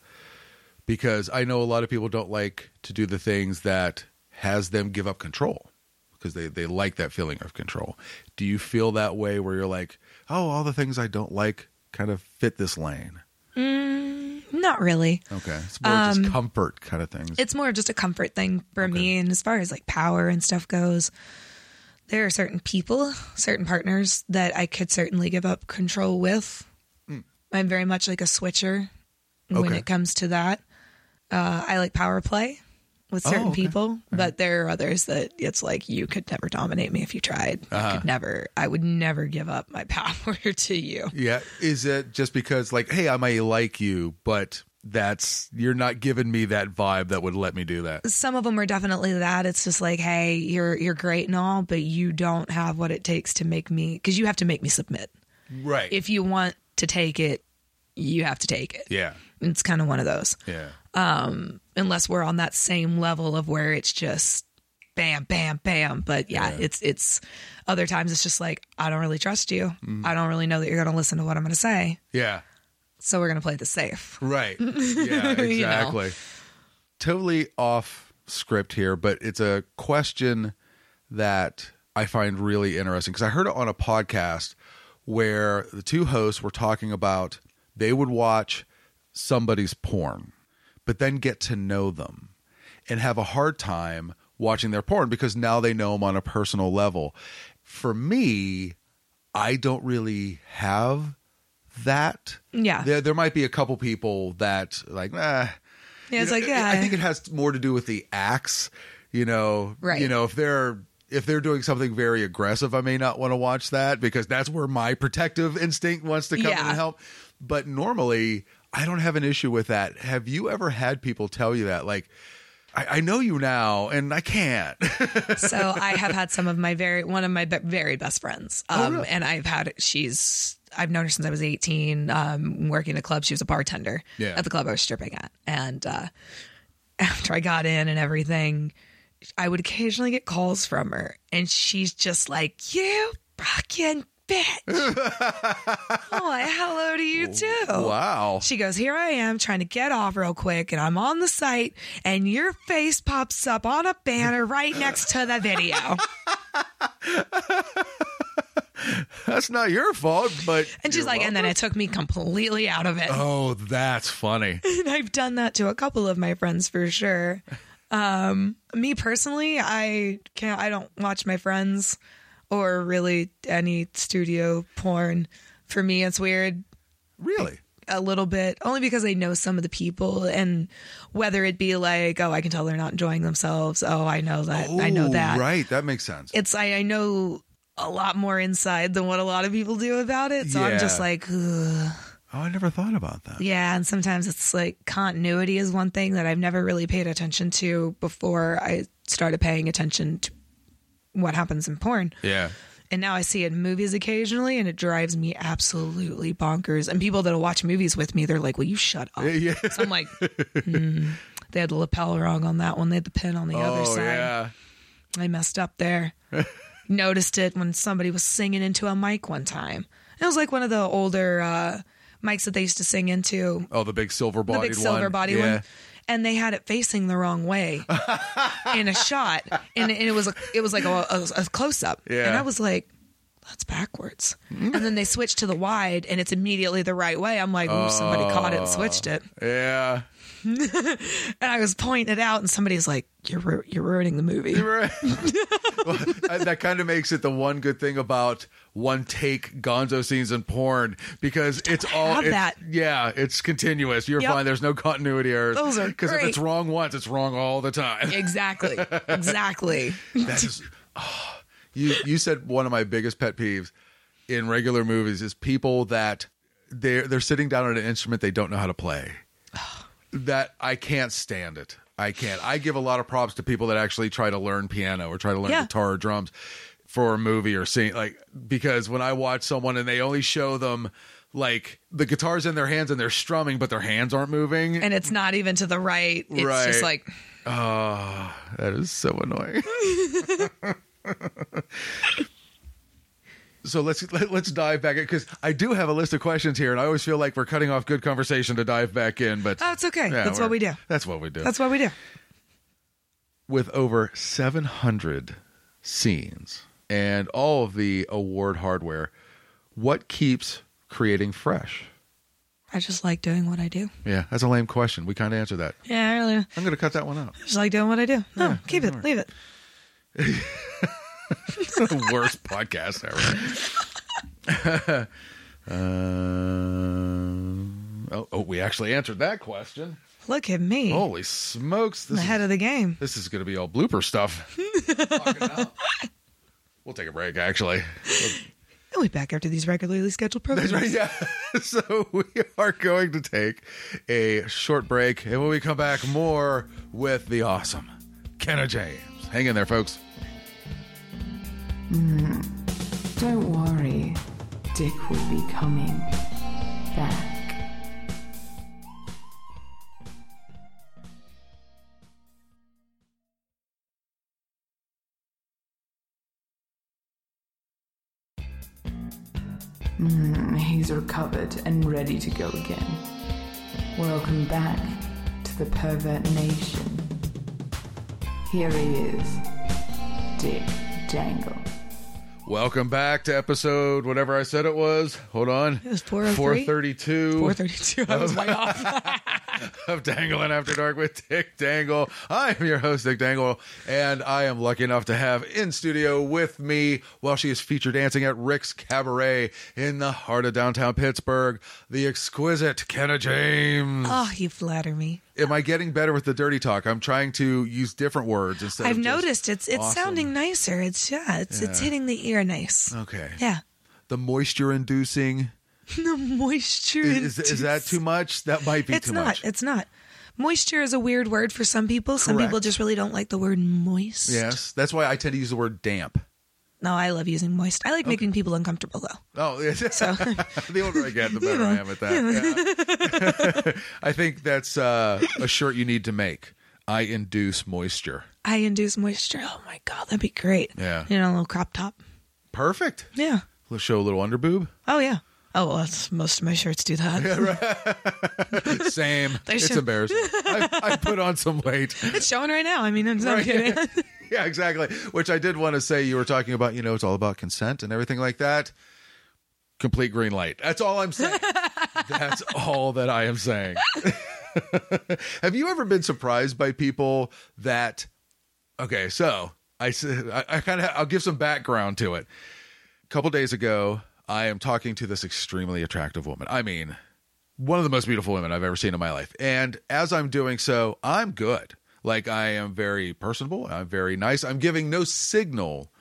Because I know a lot of people don't like to do the things that has them give up control because they, they like that feeling of control. Do you feel that way where you're like, oh, all the things I don't like kind of fit this lane?
Not really.
Okay. It's more just comfort kind of things.
It's more just a comfort thing for me and as far as like power and stuff goes, there are certain people, certain partners that I could certainly give up control with. I'm very much like a switcher when
Hmm. Okay.
it comes to that. Uh, I like power play with
Oh,
certain
okay.
people, but there are others that it's like you could never dominate me if you tried. I
Uh-huh.
could never. I would never give up my [laughs] power to you.
Yeah. Is it just because like, hey, I may like you, but that's you're not giving me that vibe that would let me do that.
Some of them are definitely that. It's just like, hey, you're you're great and all, but you don't have what it takes to make me because you have to make me submit.
Right.
If you want to take it, you have to take it.
yeah.
It's kind of one of those.
Yeah.
unless we're on that same level of where it's just bam bam bam but yeah, it's it's other times it's just like i don't really trust you
Mm.
i don't really know that you're going to listen to what i'm going to say
Yeah.
so we're going to play this safe
Right.
[laughs]
Yeah, exactly.
You know.
Totally off script here, but it's a question that I find really interesting because I heard it on a podcast where the two hosts were talking about they would watch somebody's porn, but then get to know them and have a hard time watching their porn because now they know him on a personal level. For me, I don't really have that.
Yeah.
There, there might be a couple people that like, nah,
yeah, it's
you know,
like,
it-
yeah.
I think it has more to do with the acts. You know,
Right.
You know, if they're if they're doing something very aggressive, I may not want to watch that because that's where my protective instinct wants to come in
Yeah.
and help. But normally, I don't have an issue with that. Have you ever had people tell you that? Like, I, I know you now, and I can't. [laughs]
so I have had some of my very one of my be- very best friends,
Oh,
um, and I've had she's I've known her since I was eighteen. Um, working at a club, she was a bartender
Yeah.
at the club I was stripping at, and uh, after I got in and everything, I would occasionally get calls from her, and she's just like, "You fucking
[laughs]
bitch!" I'm like, "Hello to you too."
Oh, wow.
She goes, Here I am trying to get off real quick, and I'm on the site, and your face pops up on a banner right next to the video.
That's not your fault, but
And she's
you're
like, And then it took me completely out of it.
welcome. oh, that's funny.
[laughs] And I've done that to a couple of my friends for sure. Um, me personally, I can't, I don't watch my friends or really any studio porn. For me, it's weird.
Really?
a little bit only because I know some of the people and whether it be like, oh, I can tell they're not enjoying themselves. Oh, I know that. I know
Oh,
that.
Right. That makes sense.
It's I, I know a lot more inside than what a lot of people do about it. So
Yeah.
I'm just like, Ugh.
oh, I never thought about that.
yeah. And sometimes it's like continuity is one thing that I've never really paid attention to before I started paying attention to what happens in porn.
Yeah.
And now I see it in movies occasionally, and it drives me absolutely bonkers. And people that'll watch movies with me, they're like, "Will you shut
[laughs]
up?"
Yeah.
So I'm like, hmm. they had the lapel wrong on that one. They had the pin on the other
oh,
side.
yeah.
I messed up
[laughs]
there. Noticed it when somebody was singing into a mic one time. It was like one of the older uh, mics that they used to sing into,
Oh, the big silver body.
the big silver body one. And they had it facing the wrong
[laughs]
way in a shot, and, and it was a, it was like a, close up.
Yeah. Mm.
And I was like, "That's backwards." and then they switched to the wide, and it's immediately the right way. I'm like, "Ooh, somebody caught
Oh.
it and switched it."
Yeah. [laughs]
and I was pointing it out, and somebody's like, "You're ru- you're ruining the [laughs] movie."
Right. Well, I- that kind of makes it the one good thing about one take gonzo scenes in porn because it's all
have
it's,
that.
yeah it's continuous you're
Yep.
fine there's no continuity errors
Those are
because if
great.
it's wrong once it's wrong all the time [laughs]
Exactly, exactly.
That is, oh, you you said one of my biggest pet peeves in regular movies is people that they're they're sitting down on an instrument they don't know how to play. That I can't stand it. I can't. I give a lot of props to people that actually try to learn piano or try to learn
Yeah.
guitar or drums for a movie or scene. Like because when I watch someone and they only show them like the guitars in their hands and they're strumming, but their hands aren't moving.
And it's not even to the right. It's
Right.
just like
Oh, that is so annoying. [laughs] so let's let, let's dive back in because I do have a list of questions here, and I always feel like we're cutting off good conversation to dive back in. But
Oh, it's okay. That's
we're-
what we do.
That's what we do.
that's what we do.
With over seven hundred scenes and all of the award hardware, what keeps creating fresh?
I just like doing what I do.
Yeah, that's a lame question. We kind of answered that.
Yeah, I really
I'm going to cut that one out.
just like doing what I do. No, keep it, leave it.
[laughs] worst podcast ever. [laughs] Um oh, oh, we actually answered that question.
Look at me,
Holy smokes!
I'm
Oh, This
ahead
is,
of the game.
this is going to be all blooper stuff. Fucking hell. we'll take a break, actually.
We'll be back after these regularly scheduled programs.
That's right. Yeah. [laughs] So we are going to take a short break, and when we come back, more with the awesome Kenna James. Hang in there, folks.
Don't worry, Dick will be coming back. Mm, he's recovered and ready to go again. Welcome back to the Pervert Nation. Here he is, Dick Dangle.
Welcome back to episode whatever
oh
I said it was. Hold on.
It was 403?
432.
432. I was way off.
[laughs]
[laughs]
of Dangling After Dark with Dick Dangle. I'm your host, Dick Dangle, and I am lucky enough to have in studio with me while she is featured dancing at Rick's Cabaret in the heart of downtown Pittsburgh, the exquisite Kenna James.
Oh, you flatter me.
Am I getting better with the dirty talk? I'm trying to use different words instead
I've
of just-
noticed it's it's
awesome.
sounding nicer. It's yeah, it's it's hitting the ear nice.
Okay.
Yeah. [laughs]
The moisture inducing.
The moisture
Is, is that too much? That might be
It's
too
not.
much.
It's not. Moisture is a weird word for some people. Some people
Correct.
just really don't like the word moist.
Yes. That's why I tend to use the word damp.
No, I love using moist. I like making people uncomfortable though.
Oh, yeah. [laughs] the older I get, the better I am at that. yeah. [laughs] I think that's uh, a shirt you need to make. I induce moisture.
I induce moisture. Oh my god, that'd be great.
Yeah.
You know, a little crop top.
Perfect.
Yeah.
Let's show a little underboob.
Oh yeah. Oh well, that's, most of my shirts do that.
Same.
They
it's
should-
embarrassing. I, I put on some weight.
It's showing right now. I mean, I'm not kidding. [laughs]
[laughs] yeah, exactly. Which I did want to say. You were talking about, you know, it's all about consent and everything like that. Complete green light. That's all I'm saying. That's all that I am saying. [laughs] Have you ever been surprised by people that? Okay, so I s- I, kind of I'll give some background to it. A couple days ago, I am talking to this extremely attractive woman. I mean, one of the most beautiful women I've ever seen in my life. And as I'm doing so, I'm good. Like I am very personable. I'm very nice. I'm giving no signal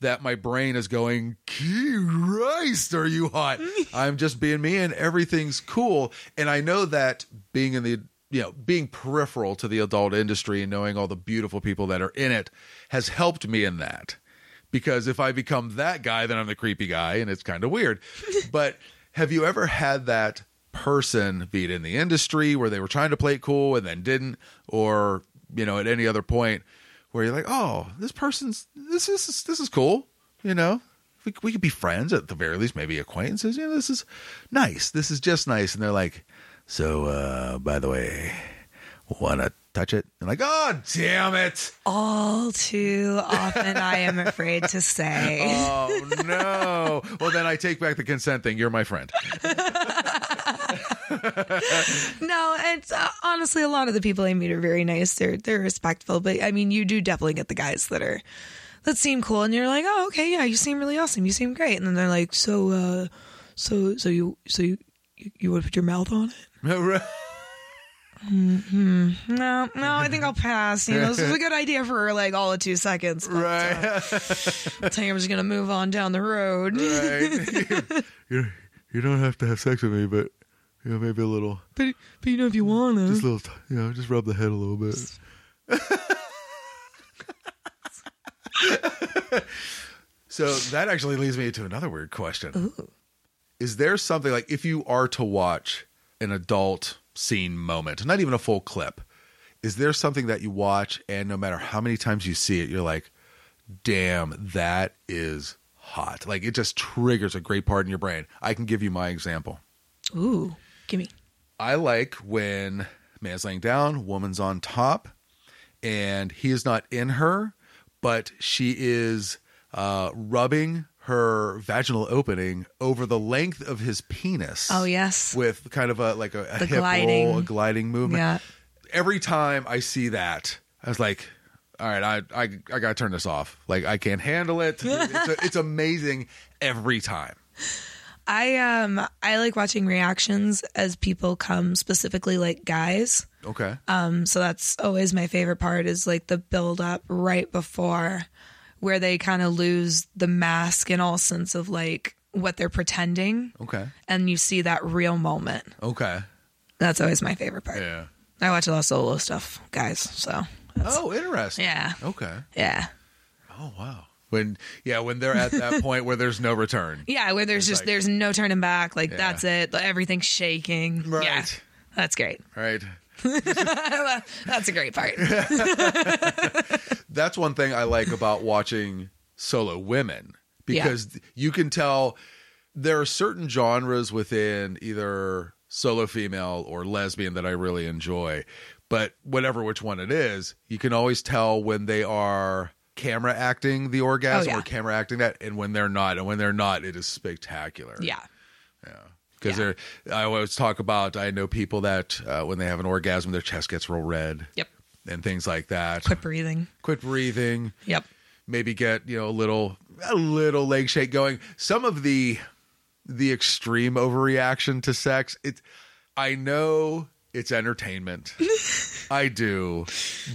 that my brain is going, Christ, are you hot? I'm just being me and everything's cool. And I know that being in the you know, being peripheral to the adult industry and knowing all the beautiful people that are in it has helped me in that. Because if I become that guy, then I'm the creepy guy and it's kind of weird. but have you ever had that person, be it in the industry where they were trying to play it cool and then didn't, or, you know, at any other point where you're like, oh, this person's this is this is cool, you know. We, we could be friends at the very least, maybe acquaintances. You know, this is nice. This is just nice. And they're like, so uh, by the way, wanna touch it? And like, oh damn it!
All too often, I am afraid
[laughs]
to say.
Oh [laughs] no! well, then I take back the consent thing. You're my [laughs] friend.
No, it's uh, honestly a lot of the people I meet are very nice. They're they're respectful, but I mean, you do definitely get the guys that are that seem cool, and you're like, oh, okay, yeah, you seem really awesome, you seem great, and then they're like, so, uh, so, so you, so you, you, you would put your mouth on it? No, no, I think I'll pass. You know, this was a good idea for like all of two [laughs] seconds. but, uh,
[laughs] right.
I think I'm just gonna move on down the road.
right. [laughs] you, you don't have to have sex with me, but you know, maybe a little,
[laughs] But, but you know, if you wanna,
just a little, t- you know, just rub the head a little bit. [laughs] so that actually leads me to another weird question. Is there something like if you are to watch an adult scene moment, not even a full clip, is there something that you watch and no matter how many times you see it, you're like, damn, that is hot. Like it just triggers a great part in your brain. I can give you my example.
ooh, give me.
I like when man's laying down, woman's on top, and he is not in her, but she is uh, rubbing her vaginal opening over the length of his penis.
Oh yes,
With kind of a like a, a
The
hip roll, a
gliding.
gliding movement.
yeah.
Every time I see that, I was like, all right, I I, I gotta turn this off. Like I can't handle
[laughs]
it. it's, a, it's amazing every time.
I um I like watching reactions as people come specifically like guys.
Okay.
Um so that's always my favorite part is like the build up right before where they kind of lose the mask and all sense of like what they're pretending
okay.
and you see that real moment.
Okay.
That's always my favorite part.
Yeah.
I watch a lot of solo stuff, guys, so that's,
Oh, interesting.
yeah.
Okay.
Yeah.
Oh wow. When yeah, when they're at [laughs] that point where there's no return.
Yeah, where there's just
like-
there's no turning back. Like that's it. Like, everything's shaking. Yeah.
Right.
That's great.
Right.
That's a great
[laughs]
part.
That's one thing I like about watching solo women because you can tell there are certain genres within either solo female or lesbian that I really enjoy. But whatever which one it is, you can always tell when they are camera acting the orgasm
yeah.
or camera acting that and when they're not. And when they're not, it is spectacular.
Yeah.
because
Yeah.
they're. I always talk about. I know people that uh, when they have an orgasm, their chest gets real red.
Yep.
And things like that.
Quit breathing.
Quit breathing.
Yep.
Maybe get you know a little a little leg shake going. Some of the the extreme overreaction to sex. It. I know it's
[laughs]
entertainment. I do,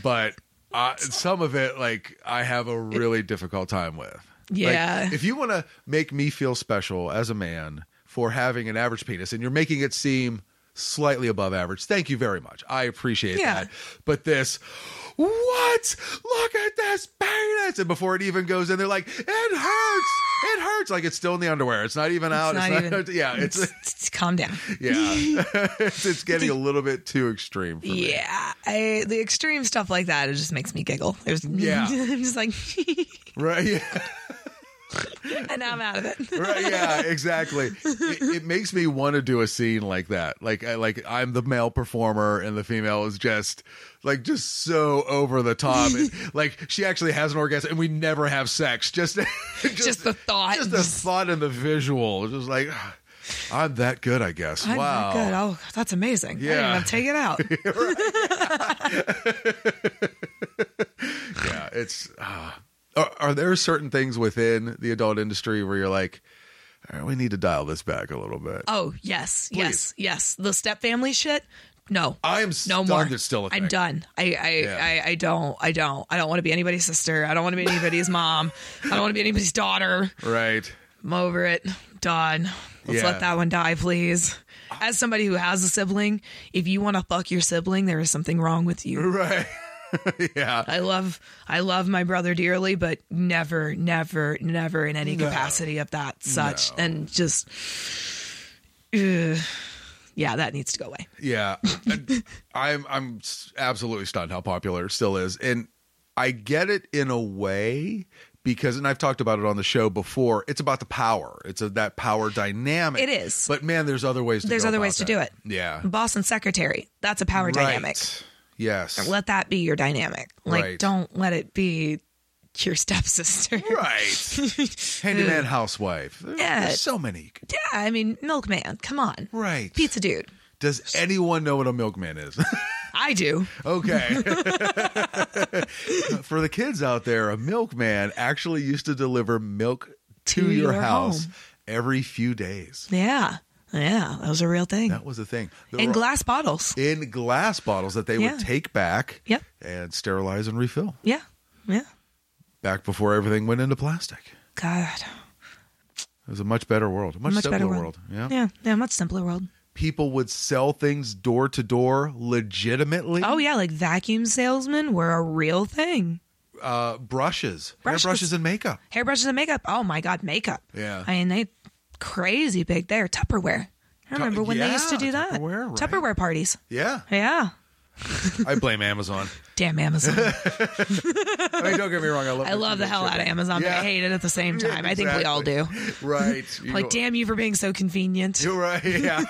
but. Uh, some of it, like I have a really difficult time with. Like,
Yeah.
if you want to make me feel special as a man for having an average penis and you're making it seem slightly above average, thank you very much. I appreciate
Yeah.
that. But this, what? Look at this penis. And before it even goes in, they're like, it hurts. It hurts. Like it's still in the underwear. It's not even out.
not even-
[laughs] yeah.
[laughs]
It's,
Just calm down.
yeah. [laughs] it's, it's getting a little bit too extreme for me.
Yeah, I, the extreme stuff like that it just makes me giggle. [laughs] There's
Yeah.
I'm just like, [laughs]
Right. Yeah.
and I'm out of it.
right
[laughs]
yeah exactly it, it makes me want to do a scene like that like I, like i'm the male performer and the female is just like just so over the top
[laughs]
And, like she actually has an orgasm and we never have sex [laughs] just just,
Just the thought.
just the thought and the visual It's just like "Ah, i'm that good i guess
I'm
wow
not good. Oh, that's amazing. I didn't
Yeah.
even take it
[laughs]
out.
yeah it's uh, are, are there certain things within the adult industry where you're like all right, we need to dial this back a little bit
Oh yes, yes, yes. The step family shit. No,
i'm
no
stunned
more.
it's still a
I'm
thing.
done. I I,
Yeah.
I I don't I don't I don't want to be anybody's sister. I don't want to
[laughs]
be anybody's mom. I don't want to be anybody's daughter.
right [laughs]
I'm over it. Done. Let's
Yeah.
let that one die, please. As somebody who has a sibling, if you want to fuck your sibling, there is something wrong with you.
right [laughs] yeah
I love I love my brother dearly, but never, never, never in any
No.
capacity of that such.
No.
And just ugh. yeah, that needs to go away.
Yeah, And I'm I'm s- absolutely stunned how popular it still is, and I get it in a way because, and I've talked about it on the show before. It's about the power. It's a, that power dynamic.
It is.
but man, there's other ways. to
There's
go
other
about
ways to do
that.
it.
Yeah,
Boss and secretary, that's a power dynamic.
Right. Yes.
Let that be your dynamic. Like
Right.
don't let it be your [laughs] stepsister.
right.
[laughs]
Handyman housewife. There-
Yeah.
There's so many. you could-
Yeah, I mean milkman, come on.
Right.
Pizza dude.
Does anyone know what a milkman is? [laughs]
I do. [laughs]
Okay. For the kids out there, a milkman actually used to deliver milk to,
To
your,
your
house
home.
every few days.
Yeah. Yeah. That was a real thing.
That was the thing. There
In
were-
glass bottles.
in glass bottles that they
Yeah.
would take back
Yep.
and sterilize and refill
Yeah. Yeah.
back before everything went into plastic.
God.
It was a much better world, a much,
Much
simpler
better
world.
world.
Yeah.
Yeah. Yeah. Much simpler world.
People would sell things door to door legitimately.
Oh, yeah. Like vacuum salesmen were a real thing.
Uh, brushes,
Brushes.
hairbrushes, and makeup.
Hairbrushes and makeup. Oh, my God. Makeup.
Yeah.
I mean, they crazy big there. Tupperware. I
Tu-
remember when they used to
yeah,
do that.
Tupperware, right.
Tupperware parties.
Yeah.
Yeah.
I blame Amazon. [laughs]
Damn Amazon.
I mean, don't get me wrong. I love.
I love the hell out of Amazon, but I hate it at the same time. I think we all do. [laughs]
Right. You-
Like, damn you for being so convenient.
[laughs] You're right. Yeah.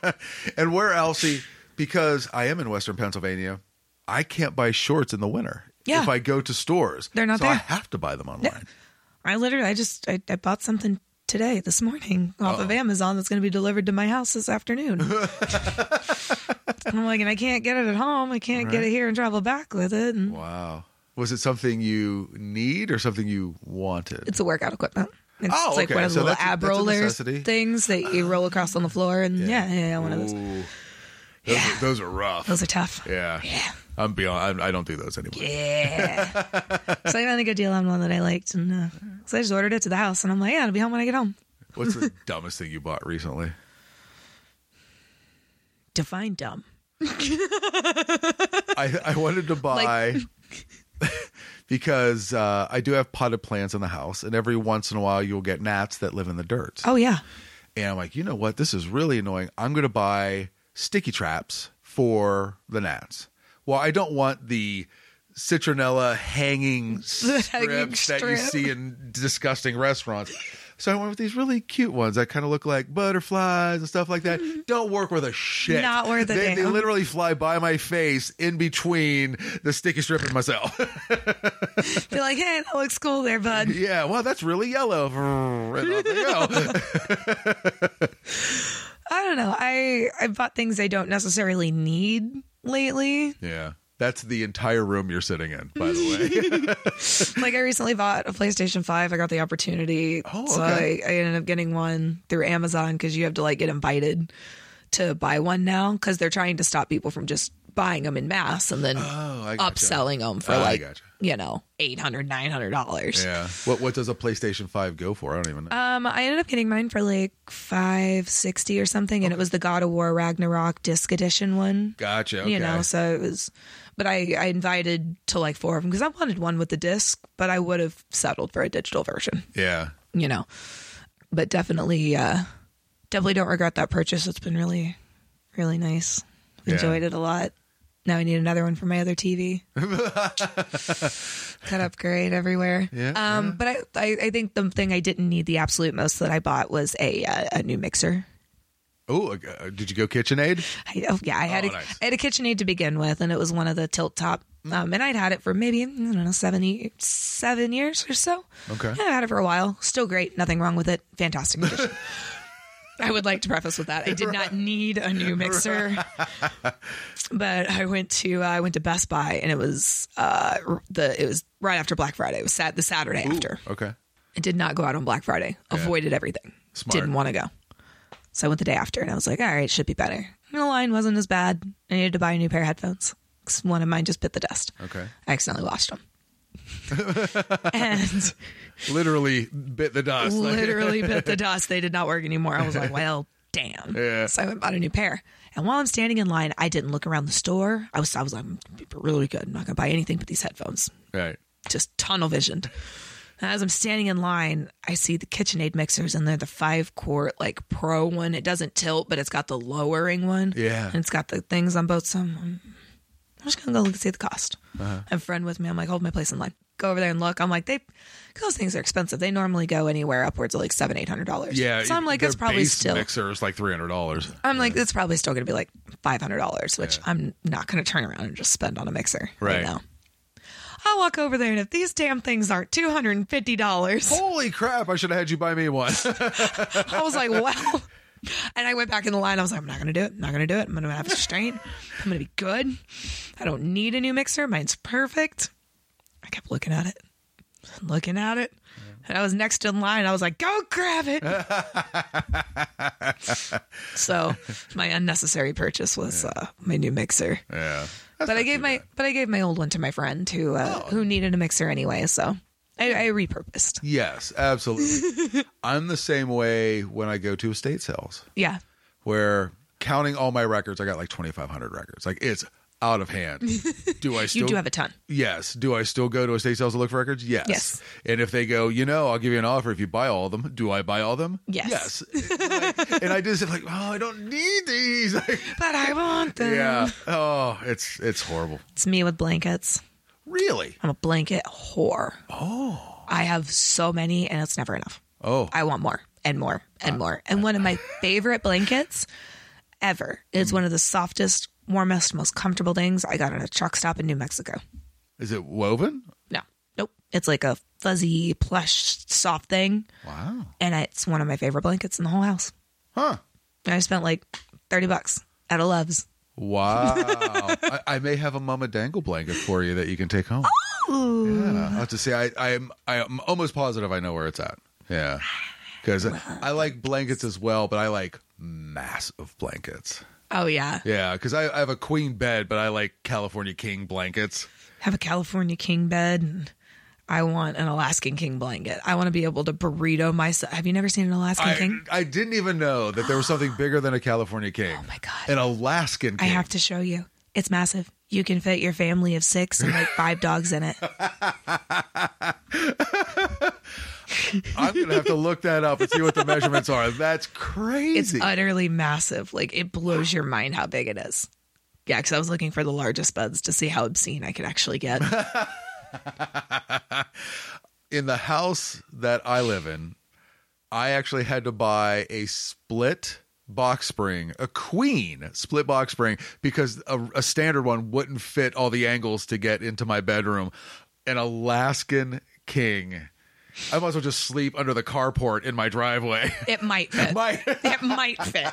[laughs] and where else? See, because I am in Western Pennsylvania, I can't buy shorts in the winter.
Yeah.
If I go to stores,
They're not
so I
there.
have to buy them online.
I literally, I just, I, I bought something today, this morning, off
Oh.
of Amazon that's going to be delivered to my house
[laughs]
this afternoon. I'm like, and I can't get it at home. I can't get it here and travel back with it. And
Wow. Was it something you need or something you wanted?
it's a workout equipment. It's
Oh,
like one
okay.
of the
So
little
that's a-
ab
that's a
rollers
necessity.
things that you roll across on the floor. And yeah, yeah, yeah, one of those.
Ooh. Those, are, those are rough.
Those are tough.
yeah.
Yeah.
I'm beyond. I, I don't do those anymore.
Yeah. so I found a good deal on one that I liked. And uh, so I just ordered it to the house. And I'm like, yeah, it'll be home when I get home.
What's
[laughs]
the dumbest thing you bought recently?
Define dumb.
I, I wanted to buy [laughs] because uh, I do have potted plants in the house, and every once in a while you'll get gnats that live in the dirt.
Oh, yeah.
And I'm like, you know what? This is really annoying. I'm going to buy sticky traps for the gnats. Well, I don't want the citronella hanging strips
[laughs] hanging
that you
strip.
see in disgusting restaurants. So I went with these really cute ones that kind of look like butterflies and stuff like
[laughs]
that. Don't work with a shit.
Not worth a
they, they
damn.
literally fly by my face in between the sticky strip and myself. [laughs]
Be like, hey, that looks cool there, bud.
yeah, well, that's really yellow. [laughs] And off they go.
[laughs] I don't know. I I bought things I don't necessarily need lately.
yeah. That's the entire room you're sitting in, by the way.
Like I recently bought a PlayStation Five. I got the opportunity,
Oh,
so I,
okay.
I ended up getting one through Amazon because you have to like get invited to buy one now because they're trying to stop people from just buying them in mass and then
Oh, I gotcha.
upselling them for
Oh, I
like
gotcha.
you know eight hundred nine hundred dollars.
yeah. What what does a PlayStation 5 go for? I don't even know.
Um, I ended up getting mine for like five sixty or something, and it was the God of War Ragnarok disc edition one.
Gotcha. Okay.
you know so it was but i i invited to like four of them because i wanted one with the disc but i would have settled for a digital version
yeah.
you know but definitely uh definitely don't regret that purchase it's been really really nice
Yeah.
enjoyed it a lot now i need another one for my
[laughs]
other tv cut upgrade everywhere
Yeah,
um but I, I i think the thing i didn't need the absolute most that i bought was a uh, a new mixer
Oh, uh, did you go KitchenAid?
I, oh, yeah, I had
Oh,
a,
nice.
I had a KitchenAid to begin with, and it was one of the tilt top. Um, and I'd had it for maybe I don't know seven ye- seven years or so.
Okay.
Yeah, I had it for a while. Still great. Nothing wrong with it.
[laughs]
Fantastic condition. I would like to preface with that I did not need a new mixer, but I went to uh, I went to Best Buy, and it was uh, r- the it was right after Black Friday. It was sat the Saturday after.
Okay.
I did not go out on Black Friday. Avoided everything.
Smart.
Didn't want to go. So I went the day after and I was like, all right, should be better. And the line wasn't as bad. I needed to buy a new pair of headphones 'cause one of mine just bit the dust.
Okay.
I accidentally lost
[laughs]
them. and
Literally bit the dust. Like,
literally bit the dust. They did not work anymore. I was like, well, damn.
Yeah.
So I went and bought a new pair. And while I'm standing in line, I didn't look around the store. I was, I was like, I'm really good. I'm not going to buy anything but these headphones
[laughs] right.
just tunnel visioned. And As I'm standing in line, I see the KitchenAid mixers, and they're the five quart like pro one. It doesn't tilt, but it's got the lowering one.
Yeah.
and it's got the things on both. So I'm, I'm just gonna go look and see the cost.
Uh-huh.
I have a friend with me. I'm like, hold my place in line. Go over there and look. I'm like, they 'cause those things are expensive. They normally go anywhere upwards of like seven, eight hundred dollars.
Yeah.
so I'm like,
their
it's probably
base
still.
mixer is like three hundred
[laughs]
dollars.
I'm like, it's probably still going to be like five hundred dollars, which I'm not going to turn around and just spend on a mixer.
Right.
You know? I'll walk over there, and if these damn things aren't two hundred and fifty dollars,
Holy crap! I should have had you buy me one. [laughs]
I was like, well. And I went back in the line. I was like, I'm not going to do it. I'm not going to do it. I'm going to have restraint. I'm going to be good. I don't need a new mixer. Mine's perfect. I kept looking at it, looking at it. And I was next in line. I was like, go grab
[laughs]
it. so my unnecessary purchase was uh, my new mixer.
yeah.
but I gave my but I gave my old one to my friend who uh,
Oh.
who needed a mixer anyway, so I, I repurposed.
Yes, absolutely.
[laughs]
I'm the same way when I go to estate sales,
Yeah,
where counting all my records, I got like 2,500 records. Like it's out of
[laughs]
hand. Do I still?
you do have a ton.
Yes. Do I still go to estate sales to look for records? Yes.
Yes.
And if they go, you know, I'll give you an offer if you buy all of them. Do I buy all of them?
Yes.
Yes. Like, and I just like, oh, I don't need these. [laughs] Like,
But I want them.
yeah. Oh, it's it's horrible.
It's me with blankets.
Really?
I'm a blanket whore. Oh, I have so many, and it's never enough.
Oh,
I want more and more and more. And one of my favorite blankets ever is one of the softest, warmest, most comfortable things I got at a truck stop in New Mexico.
is it woven?
No, nope. It's like a fuzzy, plush, soft thing.
Wow.
and it's one of my favorite blankets in the whole house.
Huh.
And I spent like thirty bucks at a Love's. [laughs]
Wow. I, I may have a Mama Dangle blanket for you that you can take home.
Oh.
Yeah. I'll have to say, I, I'm, I'm almost positive I know where it's at. Yeah. Because I like blankets as well, but I like massive blankets.
Oh yeah,
Yeah. Because I, I have a queen bed, but I like California king blankets.
have a California king bed. And I want an Alaskan king blanket. I want to be able to burrito myself. Have you never seen an Alaskan
I,
king?
I didn't even know that there was something bigger than a California king. Oh,
my God.
An Alaskan
I
king.
have to show you. It's massive. You can fit your family of six and
[laughs]
like five dogs in it.
I'm going to have to look that up and see what the measurements are. That's
[laughs] It's
crazy.
utterly massive. Like it blows your mind how big it is. Yeah, because I was looking for the largest beds to see how obscene I could
[laughs]
actually get.
in the house that I live in, I actually had to buy a split box spring, a queen split box spring, because a, a standard one wouldn't fit all the angles to get into my bedroom. An Alaskan king. I might as well just sleep under the carport in my driveway. [laughs]
It might fit.
my
it might fit.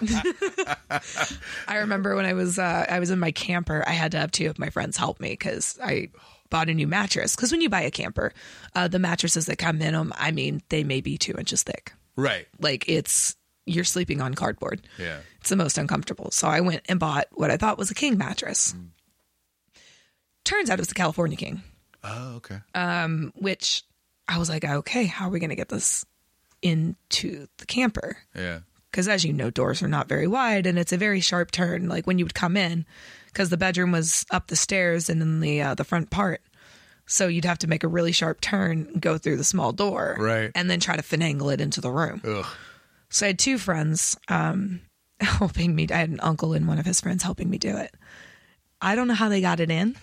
[laughs] I remember when I was uh, I was in my camper, I had to have two of my friends help me because I bought a new mattress. Because when you buy a camper, uh, the mattresses that come in them, I mean, they may be two inches thick.
[laughs] right.
Like it's you're sleeping on cardboard.
Yeah.
It's the most uncomfortable. So I went and bought what I thought was a king mattress. Turns out it was the California King,
Oh, okay.
which I was like, okay, how are we going to get this into the camper?
yeah.
because as you know doors are not very wide and it's a very sharp turn like when you would come in because the bedroom was up the stairs and in the uh, the front part so you'd have to make a really sharp turn go through the small door
Right. Uh.
and then try to finagle it into the room
Ugh.
so i had two friends um [laughs] helping me i had an uncle and one of his friends helping me do it i don't know how they got it in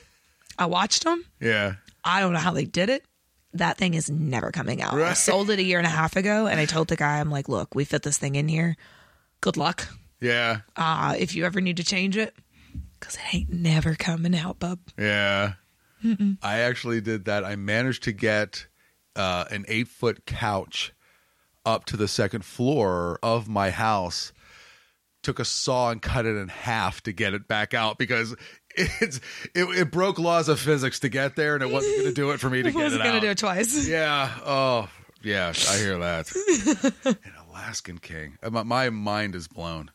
i watched them
Yeah.
I don't know how they did it. That thing is never coming out. I
Right.
sold it a year and a half ago, and I told the guy, I'm like, look, we fit this thing in here. Good luck.
Yeah.
Uh, if you ever need to change it, because it ain't never coming out, bub.
Yeah. I actually did that. I managed to get uh, an eight foot couch up to the second floor of my house. Took a saw and cut it in half to get it back out because [laughs] it's it, it broke laws of physics to get there, and it wasn't going to do it for me to
I
get
was
it
going to
out.
do [laughs] it
[laughs]
twice.
Yeah. Oh, yeah. I hear that.
[laughs]
an Alaskan king. Uh, My, my mind is blown.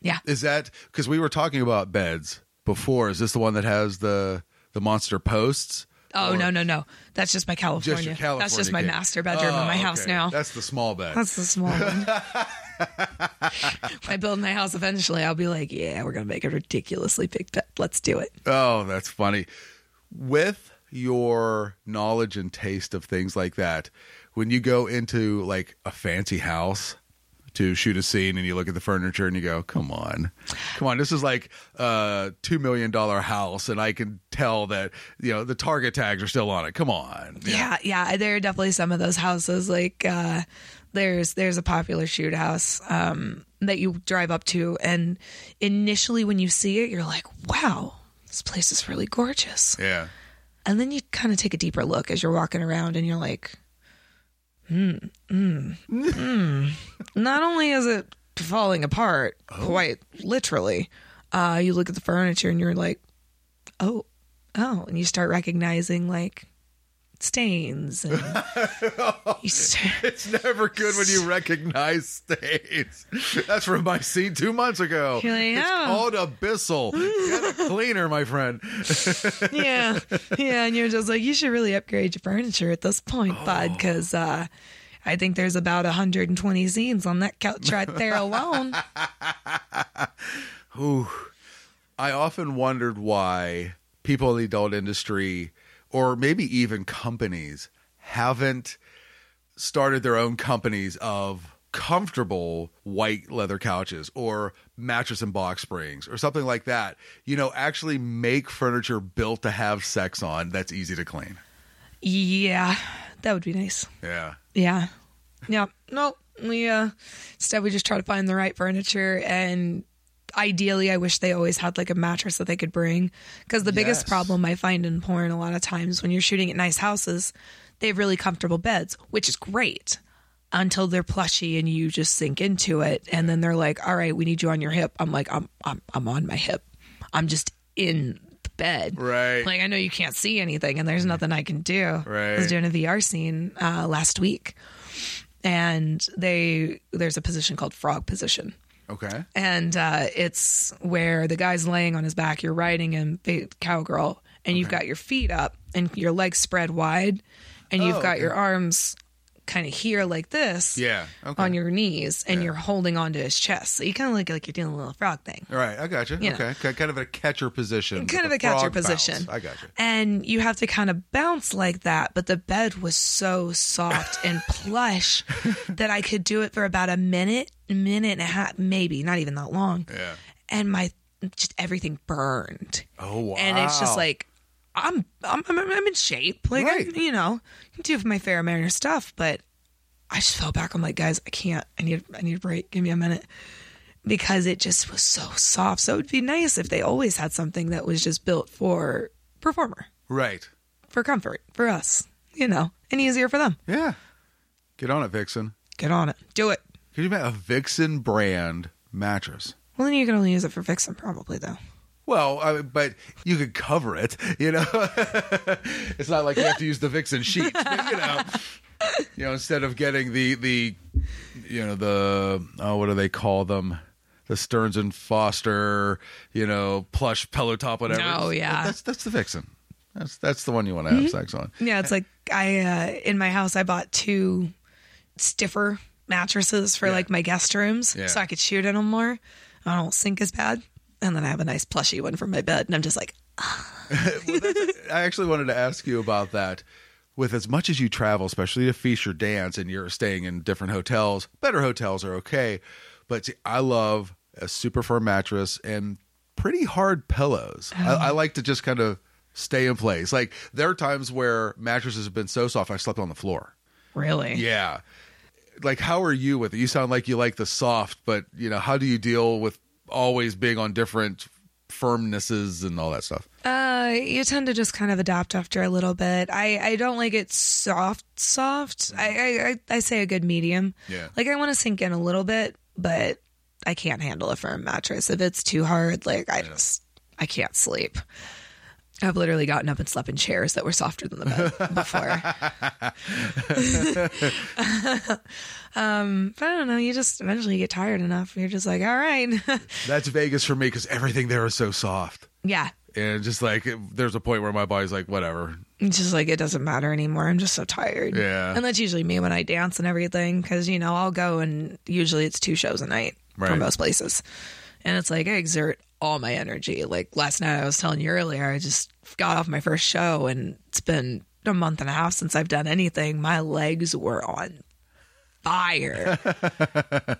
Yeah.
Is that because we were talking about beds before? Is this the one that has the the monster posts?
Oh,
Or
no, no, no. That's just my California.
Just your California.
That's just my
king?
master bedroom
Oh,
in my house
okay.
now. That's,
That's the small bed.
the small
[laughs]
one. [laughs] when I build my house eventually, I'll be like, yeah, we're going to make a ridiculously big bed. Let's do it.
oh, that's funny. With your knowledge and taste of things like that, when you go into like a fancy house to shoot a scene and you look at the furniture and you go, "Come on, come on, this is like a two million dollar house," and I can tell that you know the target tags are still on it. Come on,
Yeah, yeah. There are definitely some of those houses. Like uh, there's there's a popular shoot house um, that you drive up to, and initially when you see it, you're like, "Wow, this place is really gorgeous."
yeah.
And then you kind of take a deeper look as you're walking around, and you're like, "Hmm, mm, mm. not only is it falling apart, quite literally, uh, you look at the furniture and you're like, "Oh, oh," and you start recognizing like stains and you start.
It's never good when you recognize stains. That's from my scene two months ago.
You're like,
it's
"Oh."
called
[laughs]
Abyssal. Get a cleaner, my friend.
yeah, yeah. And you're just like, you should really upgrade your furniture at this point, bud, because uh, I think there's about 120 scenes on that couch right there alone.
I often wondered why people in the adult industry, or maybe even companies, haven't started their own companies of comfortable white leather couches or mattress and box springs or something like that. You know, actually make furniture built to have sex on that's easy to clean.
yeah, that would be nice.
Yeah.
Yeah, yeah. No, we uh, instead we just try to find the right furniture and. Ideally, I wish they always had like a mattress that they could bring. Because the biggest
Yes.
problem I find in porn a lot of times when you're shooting at nice houses, they have really comfortable beds, which is great. until they're plushy and you just sink into it and then they're like all right we need you on your hip i'm like i'm i'm, I'm on my hip i'm just in the bed
Right.
like i know you can't see anything and there's nothing i can do i was
Mm. Right.
doing a vr scene uh, last week and they there's a position called frog position
Okay.
and uh, it's where the guy's laying on his back. You're riding him, fa- cowgirl, and you've got your feet up and your legs spread wide, and you've
Oh,
got
okay.
your arms kind of here like this,
Yeah, okay.
on your knees, and you're holding onto his chest. So you kind of look like you're doing a little frog thing.
All right, I got you.
You know.
okay, Ki- kind of a catcher position.
Kind of
with
a catcher
frog bounce.
position.
I got you.
And you have to kind of bounce like that, but the bed was
[laughs]
so soft and plush that I could do it for about a minute, minute and a half, maybe, not even that long.
Yeah.
and my just everything burned.
Oh wow.
And it's just like I'm I'm I'm, I'm in shape. Like
Right.
I'm, you know, I can do my fair amount of stuff, but I just fell back. I'm like, guys, I can't. I need I need a break. Give me a minute. Because it just was so soft. So it'd be nice if they always had something that was just built for performer,
Right.
for comfort, for us, you know, and easier for them.
Yeah. Get on it, Vixen.
Get on it. Do it.
Could you make a Vixen brand mattress?
Well then you can only use it for fixing probably though.
Well, I, but you could cover it, you know. [laughs] it's not like you have to use the Vixen sheets, but, you know. You know, instead of getting the the, you know the oh, what do they call them? The Stearns and Foster, you know, plush pillow top, whatever.
Oh, yeah. Mm-hmm.
that's that's the Vixen. That's that's the one you want to have sex on.
Yeah, it's like I uh, in my house I bought two stiffer mattresses for
Yeah.
like my guest rooms
Yeah.
so I could shoot in them more. I don't sink as bad. And then I have a nice plushy one for my bed and I'm just like,
I actually wanted to ask you about that. With as much as you travel, especially to feast or dance, and you're staying in different hotels, better hotels are okay. But see, I love a super firm mattress and pretty hard pillows. I, I like to just kind of stay in place. Like there are times where mattresses have been so soft, I slept on the floor.
really?
Yeah. Like, how are you with it? You sound like you like the soft, but you know, how do you deal with always being on different firmnesses and all that stuff?
Uh, you tend to just kind of adapt after a little bit. I, I don't like it soft, soft. I, I, I, I say a good medium.
Yeah.
Like I want to sink in a little bit, but I can't handle a firm mattress. If it's too hard, like I just, I can't sleep. I've literally gotten up and slept in chairs that were softer than the bed before. [laughs] um, but I don't know. You just eventually get tired enough. And you're just like, all right. [laughs]
That's Vegas for me because everything there is so soft.
yeah.
And just like, it- there's a point where my body's like, whatever.
It's just like it doesn't matter anymore. I'm just so tired.
Yeah.
And that's usually me when I dance and everything because, you know, I'll go and usually it's two shows a night for
Right.
most places. And it's like I exert all my energy. Like last night, I was telling you earlier, I just got off my first show and it's been a month and a half since I've done anything. My legs were on fire.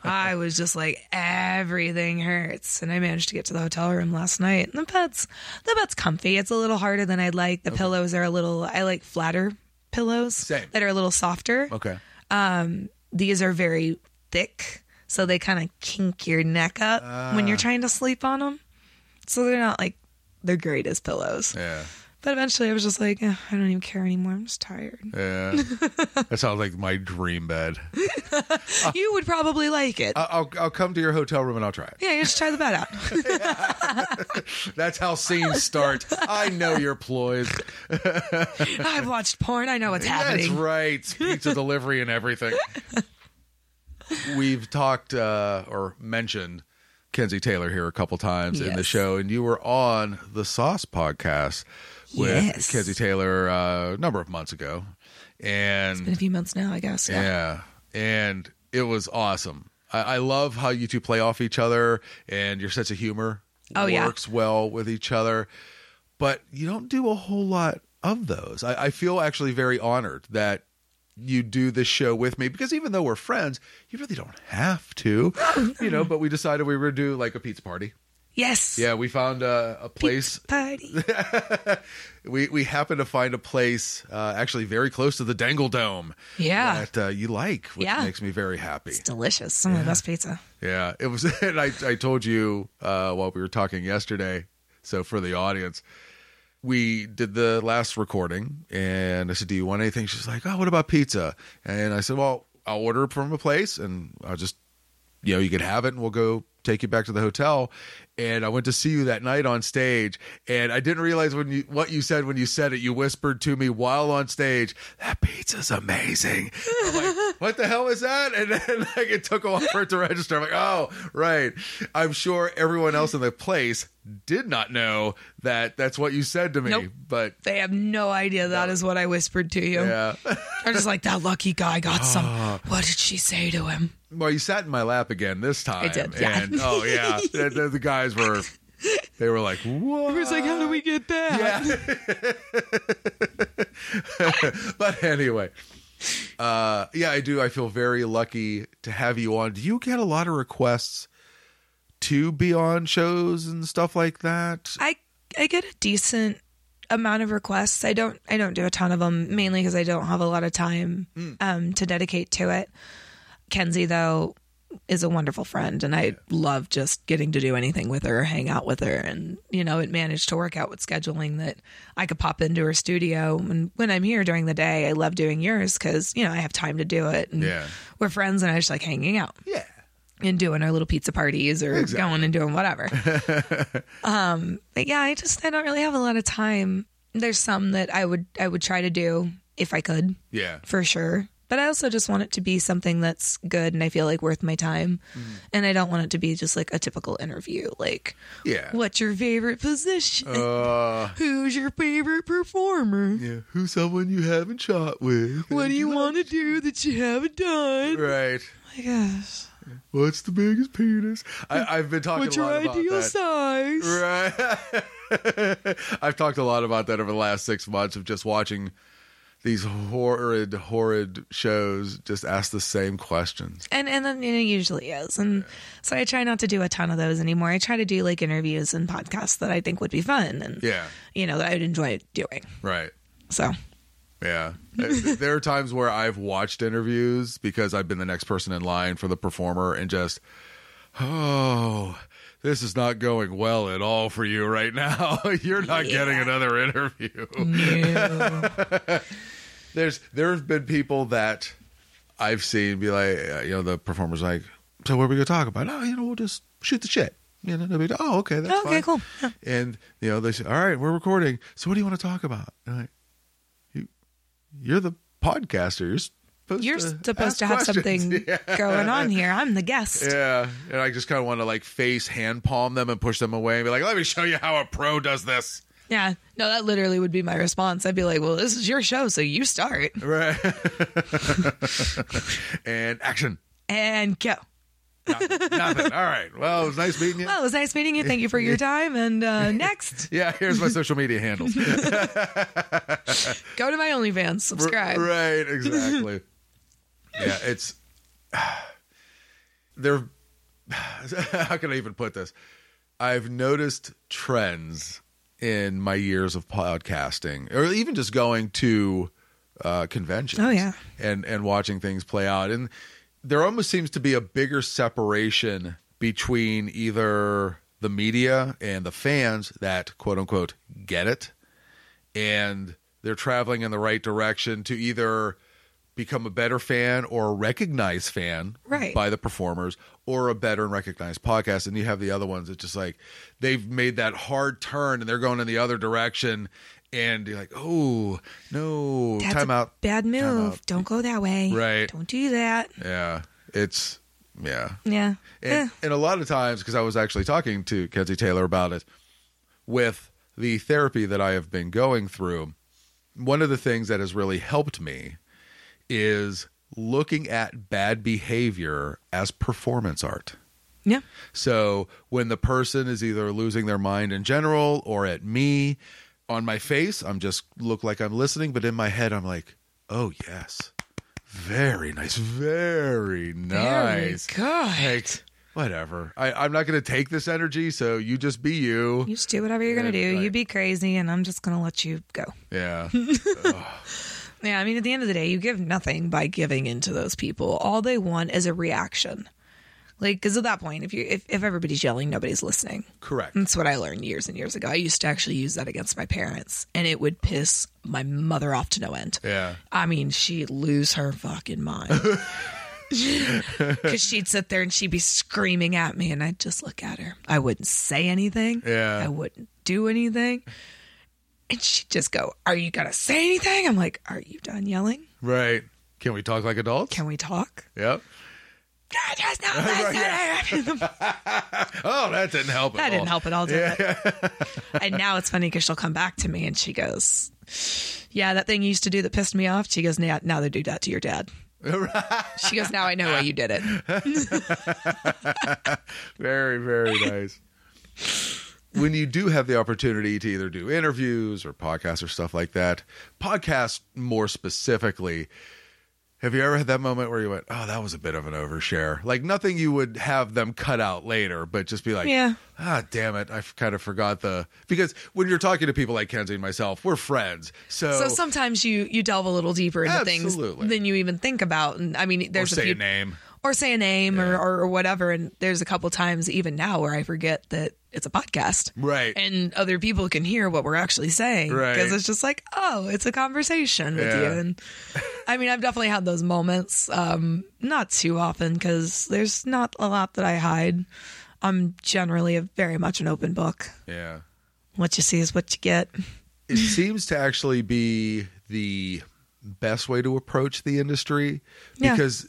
I was just like, everything hurts. And I managed to get to the hotel room last night. And the bed's the bed's comfy. It's a little harder than I'd like. The pillows are a little I like flatter pillows
Same.
that are a little softer.
Okay.
These are very thick, so they kind of kink your neck up when
Ah.
you're trying to sleep on them. So they're not like the greatest pillows.
Yeah.
But eventually I was just like, "Eh, I don't even care anymore. I'm just tired.
Yeah. [laughs] that sounds like my dream bed. Uh.
you would probably like it.
I- I'll, I'll come to your hotel room and I'll try it.
yeah, you just try the bed out. [laughs]
That's how scenes start. I know your ploys.
I've watched porn. I know what's
That's
happening.
right. Pizza delivery and
[laughs]
everything. We've talked uh, or mentioned Kenzie Taylor here a couple times in the
Yes.
show, and you were on the Sauce podcast with
Yes.
Kenzie Taylor uh, a number of months ago, and
Been a few months now, I guess. Yeah.
yeah. And it was awesome. I, I love how you two play off each other and your sense of humor
Oh, yeah.
works well with each other. But you don't do a whole lot of those. I, I feel actually very honored that you do this show with me because even though we're friends, you really don't have to. [laughs] you know, but we decided we were do like a pizza party.
Yes.
Yeah, we found a, a place
Party.
we we happened to find a place uh, actually very close to the Dangle Dome.
Yeah.
that uh, you like, which
Yeah.
makes me very happy.
[laughs] It's delicious. Some of the best pizza.
Yeah, it was. [laughs] And I I told you uh, while we were talking yesterday. So for the audience, we did the last recording, and I said, "Do you want anything?" She's like, "Oh, what about pizza?" And I said, "Well, I'll order from a place, and I'll just." You know, you can have it and we'll go take you back to the hotel. And I went to see you that night on stage. And I didn't realize when you what you said when you said it, you whispered to me while on stage, that pizza's amazing. I'm like, [laughs] what the hell is that? And then [laughs] like it took a while for it to register. I'm like, oh, right. I'm sure everyone else in the place did not know that that's what you said to me.
Nope.
But
They have no idea that is what I whispered to you.
yeah. [laughs]
They're just like, that lucky guy got some. What did she say to him?
Well, you sat in my lap again this time.
did, yeah.
And oh
[laughs]
yeah. the, the- the guys were they were like, what?
It's like, how do we get back?
Yeah. [laughs] but anyway, uh, yeah, I do. I feel very lucky to have you on. Do you get a lot of requests to be on shows and stuff like that?
I I get a decent amount of requests. I don't I don't do a ton of them mainly because I don't have a lot of time um, to dedicate to it. Kenzie though is a wonderful friend and I love just getting to do anything with her or hang out with her and you know it managed to work out with scheduling that I could pop into her studio and when I'm here during the day I love doing yours cuz you know I have time to do it and
Yeah.
we're friends and I just like hanging out
Yeah.
and doing our little pizza parties or going and
[laughs]
doing whatever. um, but yeah, I just I don't really have a lot of time. There's some that I would I would try to do if I could
Yeah.
for sure. But I also just want it to be something that's good and I feel like worth my time.
Mm-hmm.
And I don't want it to be just like a typical interview, like
Yeah.
what's your favorite position?
Uh,
Who's your favorite performer?
yeah. Who's someone you haven't shot with?
What do you want to do that you haven't done?
Right.
I guess.
What's the biggest penis? I, I've been talking
What's
a
your
lot about
ideal
that.
size?
Right. [laughs] I've talked a lot about that over the last six months of just watching these horrid, horrid shows just ask the same questions.
and and then it usually is and so i try not to do a ton of those anymore i try to do like interviews and podcasts that i think would be fun and
Yeah.
you know that i would enjoy doing
Right.
so [laughs]
Yeah. there are times where I've watched interviews because I've been the next person in line for the performer and just, oh, this is not going well at all for you right now. [laughs] You're not getting another interview. [laughs] There's there have been people that I've seen be like, uh, you know, the performer's like, so what are we gonna talk about? Oh, you know, we'll just shoot the shit. You know, they'll be, oh, okay, that's
Okay,
fine.
cool. Yeah.
And you know, they say, all right, we're recording. So what do you want to talk about? And I'm like, you, you're the podcaster. You're supposed
you're
to
supposed
ask
to have
questions. [laughs]
something going on here i'm the guest
Yeah, and I just kind of want to like face hand palm them and push them away and be like, "Let me show you how a pro does this."
yeah no that literally would be my response i'd be like well this is your show so you start
Right. [laughs] and action.
and go
Nothing. Nothing. All right. Well, it was nice meeting you.
well it was nice meeting you thank you
[laughs]
for your time and uh, next
yeah, here's my social media handles.
go to my onlyfans subscribe
Right, exactly. yeah, it's [sighs] there. [sighs] How can I even put this? I've noticed trends in my years of podcasting, or even just going to uh, conventions.
Oh, yeah.
and and watching things play out, and there almost seems to be a bigger separation between either the media and the fans that quote unquote get it and they're traveling in the right direction to either become a better fan or a recognized fan
Right.
by the performers or a better and recognized podcast and you have the other ones it's just like they've made that hard turn and they're going in the other direction and you're like oh no
That's
time
a
out
bad move
out.
don't go that way
Right.
don't do that
yeah it's yeah
yeah Eh.
and, and a lot of times, because I was actually talking to Kenzie Taylor about it, with the therapy that I have been going through, one of the things that has really helped me is looking at bad behavior as performance art.
yeah
So when the person is either losing their mind in general or at me, on my face, I'm just look like I'm listening, but in my head, I'm like, oh, yes. Very nice. Very nice.
God.
Like, whatever. I, I'm not going to take this energy, so you just be you.
You just do whatever you're gonna
Yeah,
do.
right.
You be crazy, and I'm just gonna let you go. [laughs]
Yeah.
Yeah, I mean, at the end of the day, you give nothing by giving in to those people. All they want is a reaction. Like, because at that point, if you if, if everybody's yelling, nobody's listening.
Correct.
That's what I learned years and years ago. I used to actually use that against my parents, and it would piss my mother off to no end.
Yeah.
I mean, she'd lose her fucking mind. Because she'd sit there and she'd be screaming at me, and I'd just look at her. I wouldn't say anything.
Yeah.
I wouldn't do anything. And she'd just go, Are you going to say anything? I'm like, Are you done yelling?
Right. Can we talk like adults?
Can we talk? [laughs]
yep.
God, just not listening. [laughs]
Oh, that didn't help.
That
at
didn't
all.
help at all, did it? [laughs] and now it's funny because she'll come back to me and she goes, Yeah, that thing you used to do that pissed me off. She goes, Now, now they do that to your dad. she goes, Now I know why you did it.
Very,
[laughs]
very nice. When you do have the opportunity to either do interviews or podcasts or stuff like that, podcasts more specifically, Have you ever had that moment where you went, "Oh, that was a bit of an overshare"? Like nothing you would have them cut out later, but just be like,
Yeah.
ah, damn it, I f- kind of forgot the." Because when you're talking to people like Kenzie and myself, we're friends, so,
So sometimes you you delve a little deeper into
Absolutely.
things than you even think about, and I mean,
or
there's a
say
few
a name.
or say a name or, or or whatever. And there's a couple times even now where I forget that it's a podcast,
Right.
And other people can hear what we're actually saying,
Right.
Because it's just like, oh, it's a conversation with
Yeah.
you. And [laughs] I mean, I've definitely had those moments, um, not too often, because there's not a lot that I hide. I'm generally a very much an open book.
Yeah.
What you see is what you get.
it seems to actually be the best way to approach the industry
Yeah.
because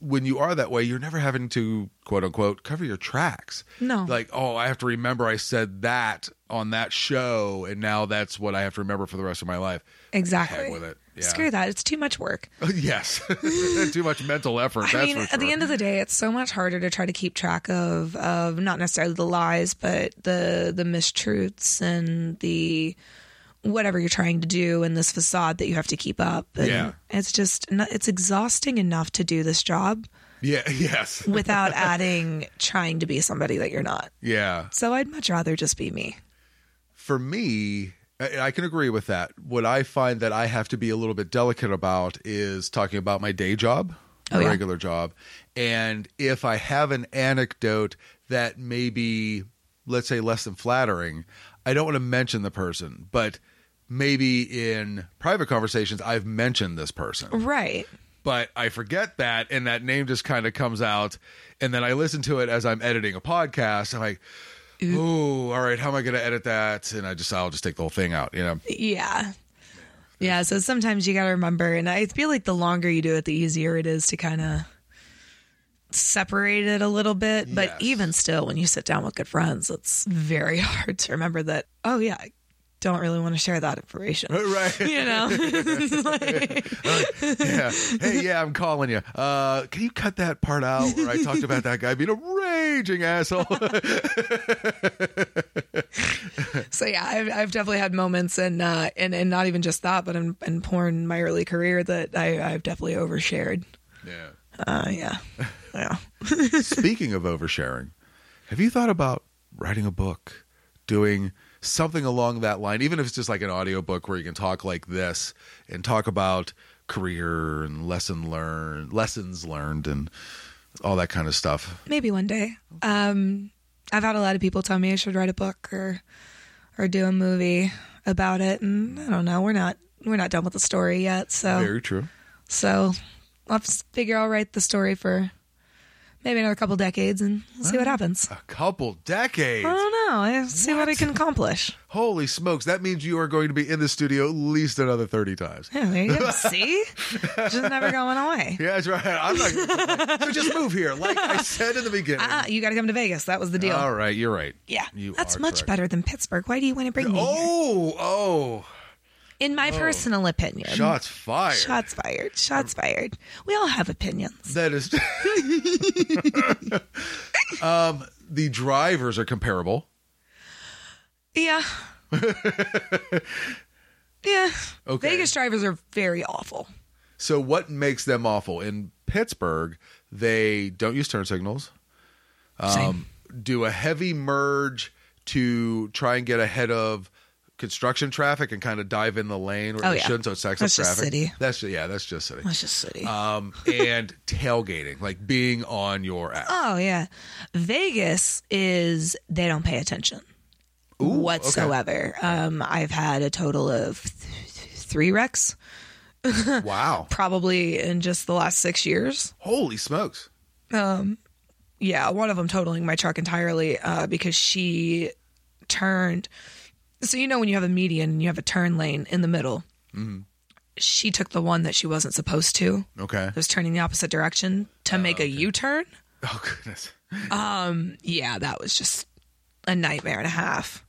when you are that way, you're never having to quote unquote cover your tracks.
No.
Like, oh, I have to remember I said that on that show, and now that's what I have to remember for the rest of my life. [laughs]
Exactly.
Heck with it. Yeah.
Screw that. It's too much work.
yes. [laughs] Too much mental effort.
I
that's
mean,
for
at the
sure.
end of the day, it's so much harder to try to keep track of of not necessarily the lies, but the the mistruths and the whatever you're trying to do and this facade that you have to keep up. And
Yeah.
it's just no- it's exhausting enough to do this job
Yeah. [laughs] Yes. [laughs]
without adding trying to be somebody that you're not.
Yeah.
So I'd much rather just be me.
for me, I I can agree with that. What I find that I have to be a little bit delicate about is talking about my day job,
Oh,
my
yeah.
regular job. And if I have an anecdote that may be, let's say, less than flattering, I don't want to mention the person, but maybe in private conversations, I've mentioned this person
Right.
but I forget that, and that name just kind of comes out, and then I listen to it as I'm editing a podcast. I'm like, "Ooh, all right, how am I going to edit that?" And I just, I'll just take the whole thing out, you know.
Yeah. Yeah, so sometimes you got to remember and I feel like the longer you do it the easier it is to kind of separate it a little bit, but
Yes.
even still when you sit down with good friends, it's very [laughs] hard to remember that oh yeah, I don't really want to share that
[laughs]
information.
Right?
You know. [laughs]
Yeah. Hey, yeah, I'm calling you. Uh, can you cut that part out where I talked about that guy being a raging asshole? [laughs]
so yeah, I've I've definitely had moments and uh and, and not even just that, but in, in porn my early career that I I've definitely overshared.
yeah.
Uh yeah. Yeah.
Speaking of oversharing, have you thought about writing a book, doing something along that line, even if it's just like an audiobook where you can talk like this and talk about career and lesson learned, lessons learned and all that kind of stuff.
Maybe one day. Um, I've had a lot of people tell me I should write a book or or do a movie about it, and I don't know. We're not we're not done with the story yet, so
Very true.
so I'll just figure I'll write the story for maybe another couple decades, and we'll see what happens.
A couple decades.
I don't know. I see what? I can accomplish.
Holy smokes. That means you are going to be in the studio at least another 30 times.
Yeah, there
[laughs]
you go. see, just never going away.
Yeah, that's right. I'm not gonna- so just move here, like I said in the beginning.
Uh, you got to come to Vegas. That was the deal.
All right, you're right.
yeah,
you
that's
are
much
correct.
better than Pittsburgh. Why do you want to bring me? here?
Oh, oh.
In my personal opinion,
Shots fired.
Shots fired. Shots fired. We all have opinions.
That is. [laughs] um, the drivers are comparable.
Yeah. [laughs] yeah.
Okay.
Vegas drivers are very awful.
So what makes them awful? In Pittsburgh, they don't use turn signals. Um,
Same.
Do a heavy merge to try and get ahead of construction traffic and kind of dive in the lane where
Oh,
they
yeah.
shouldn't. So it stacks
That's
up
just
traffic.
city.
That's yeah. That's just city.
That's just city.
Um, and tailgating, like being on your ass.
oh yeah. Vegas is they don't pay attention whatsoever. Um I've had a total of th- th- 3 wrecks Uh.
wow!
probably in just the last 6 years.
Holy smokes!
yeah, one of them totaling my truck entirely uh, because she turned. So you know when you have a median and you have a turn lane in the middle, she took the one that she wasn't supposed to.
Okay.
That was turning the opposite direction to make a U turn.
Oh goodness.
Yeah, that was just a nightmare and a half.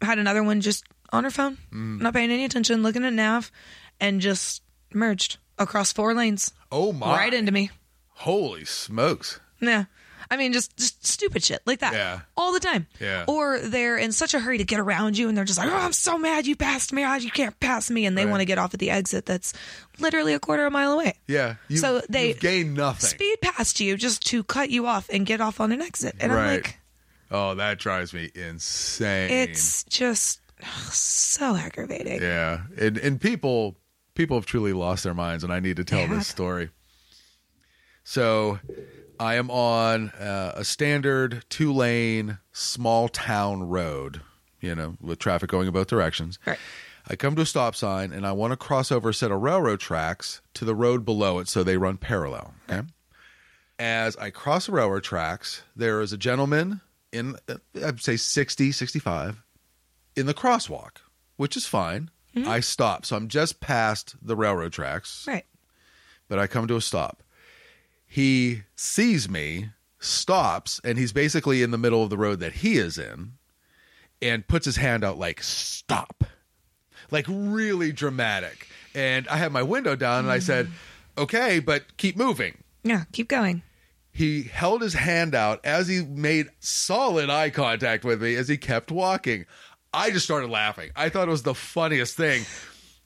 Had another one just on her phone, not paying any attention, looking at nav, and just merged across four lanes
Oh my!
right into me.
Holy smokes!
Yeah. I mean, just just stupid shit like that
Yeah.
all the time.
Yeah.
Or they're in such a hurry to get around you, and they're just like, "Oh, I'm so mad you passed me. Oh, you can't pass me," and they
Right.
want to get off at the exit that's literally a quarter of a mile away.
Yeah. You,
So they-
you've gained nothing.
Speed past you just to cut you off and get off on an exit, and I'm
Right.
like,
oh, that drives me insane.
it's just so aggravating.
yeah, and and people people have truly lost their minds, and I need to tell
They have.
this story. So, I am on uh, a standard two lane small town road, you know, with traffic going in both directions.
Right.
I come to a stop sign and I want to cross over a set of railroad tracks to the road below it so they run parallel. Okay. As I cross the railroad tracks, there is a gentleman in, uh, I'd say 60, 65, in the crosswalk, which is fine. I stop. So I'm just past the railroad tracks,
Right.
but I come to a stop. He sees me, stops, and he's basically in the middle of the road that he is in and puts his hand out like stop like really dramatic and i had my window down and i said okay but keep moving
Yeah. Keep going.
he held his hand out as he made solid eye contact with me as he kept walking i just started laughing i thought it was the funniest thing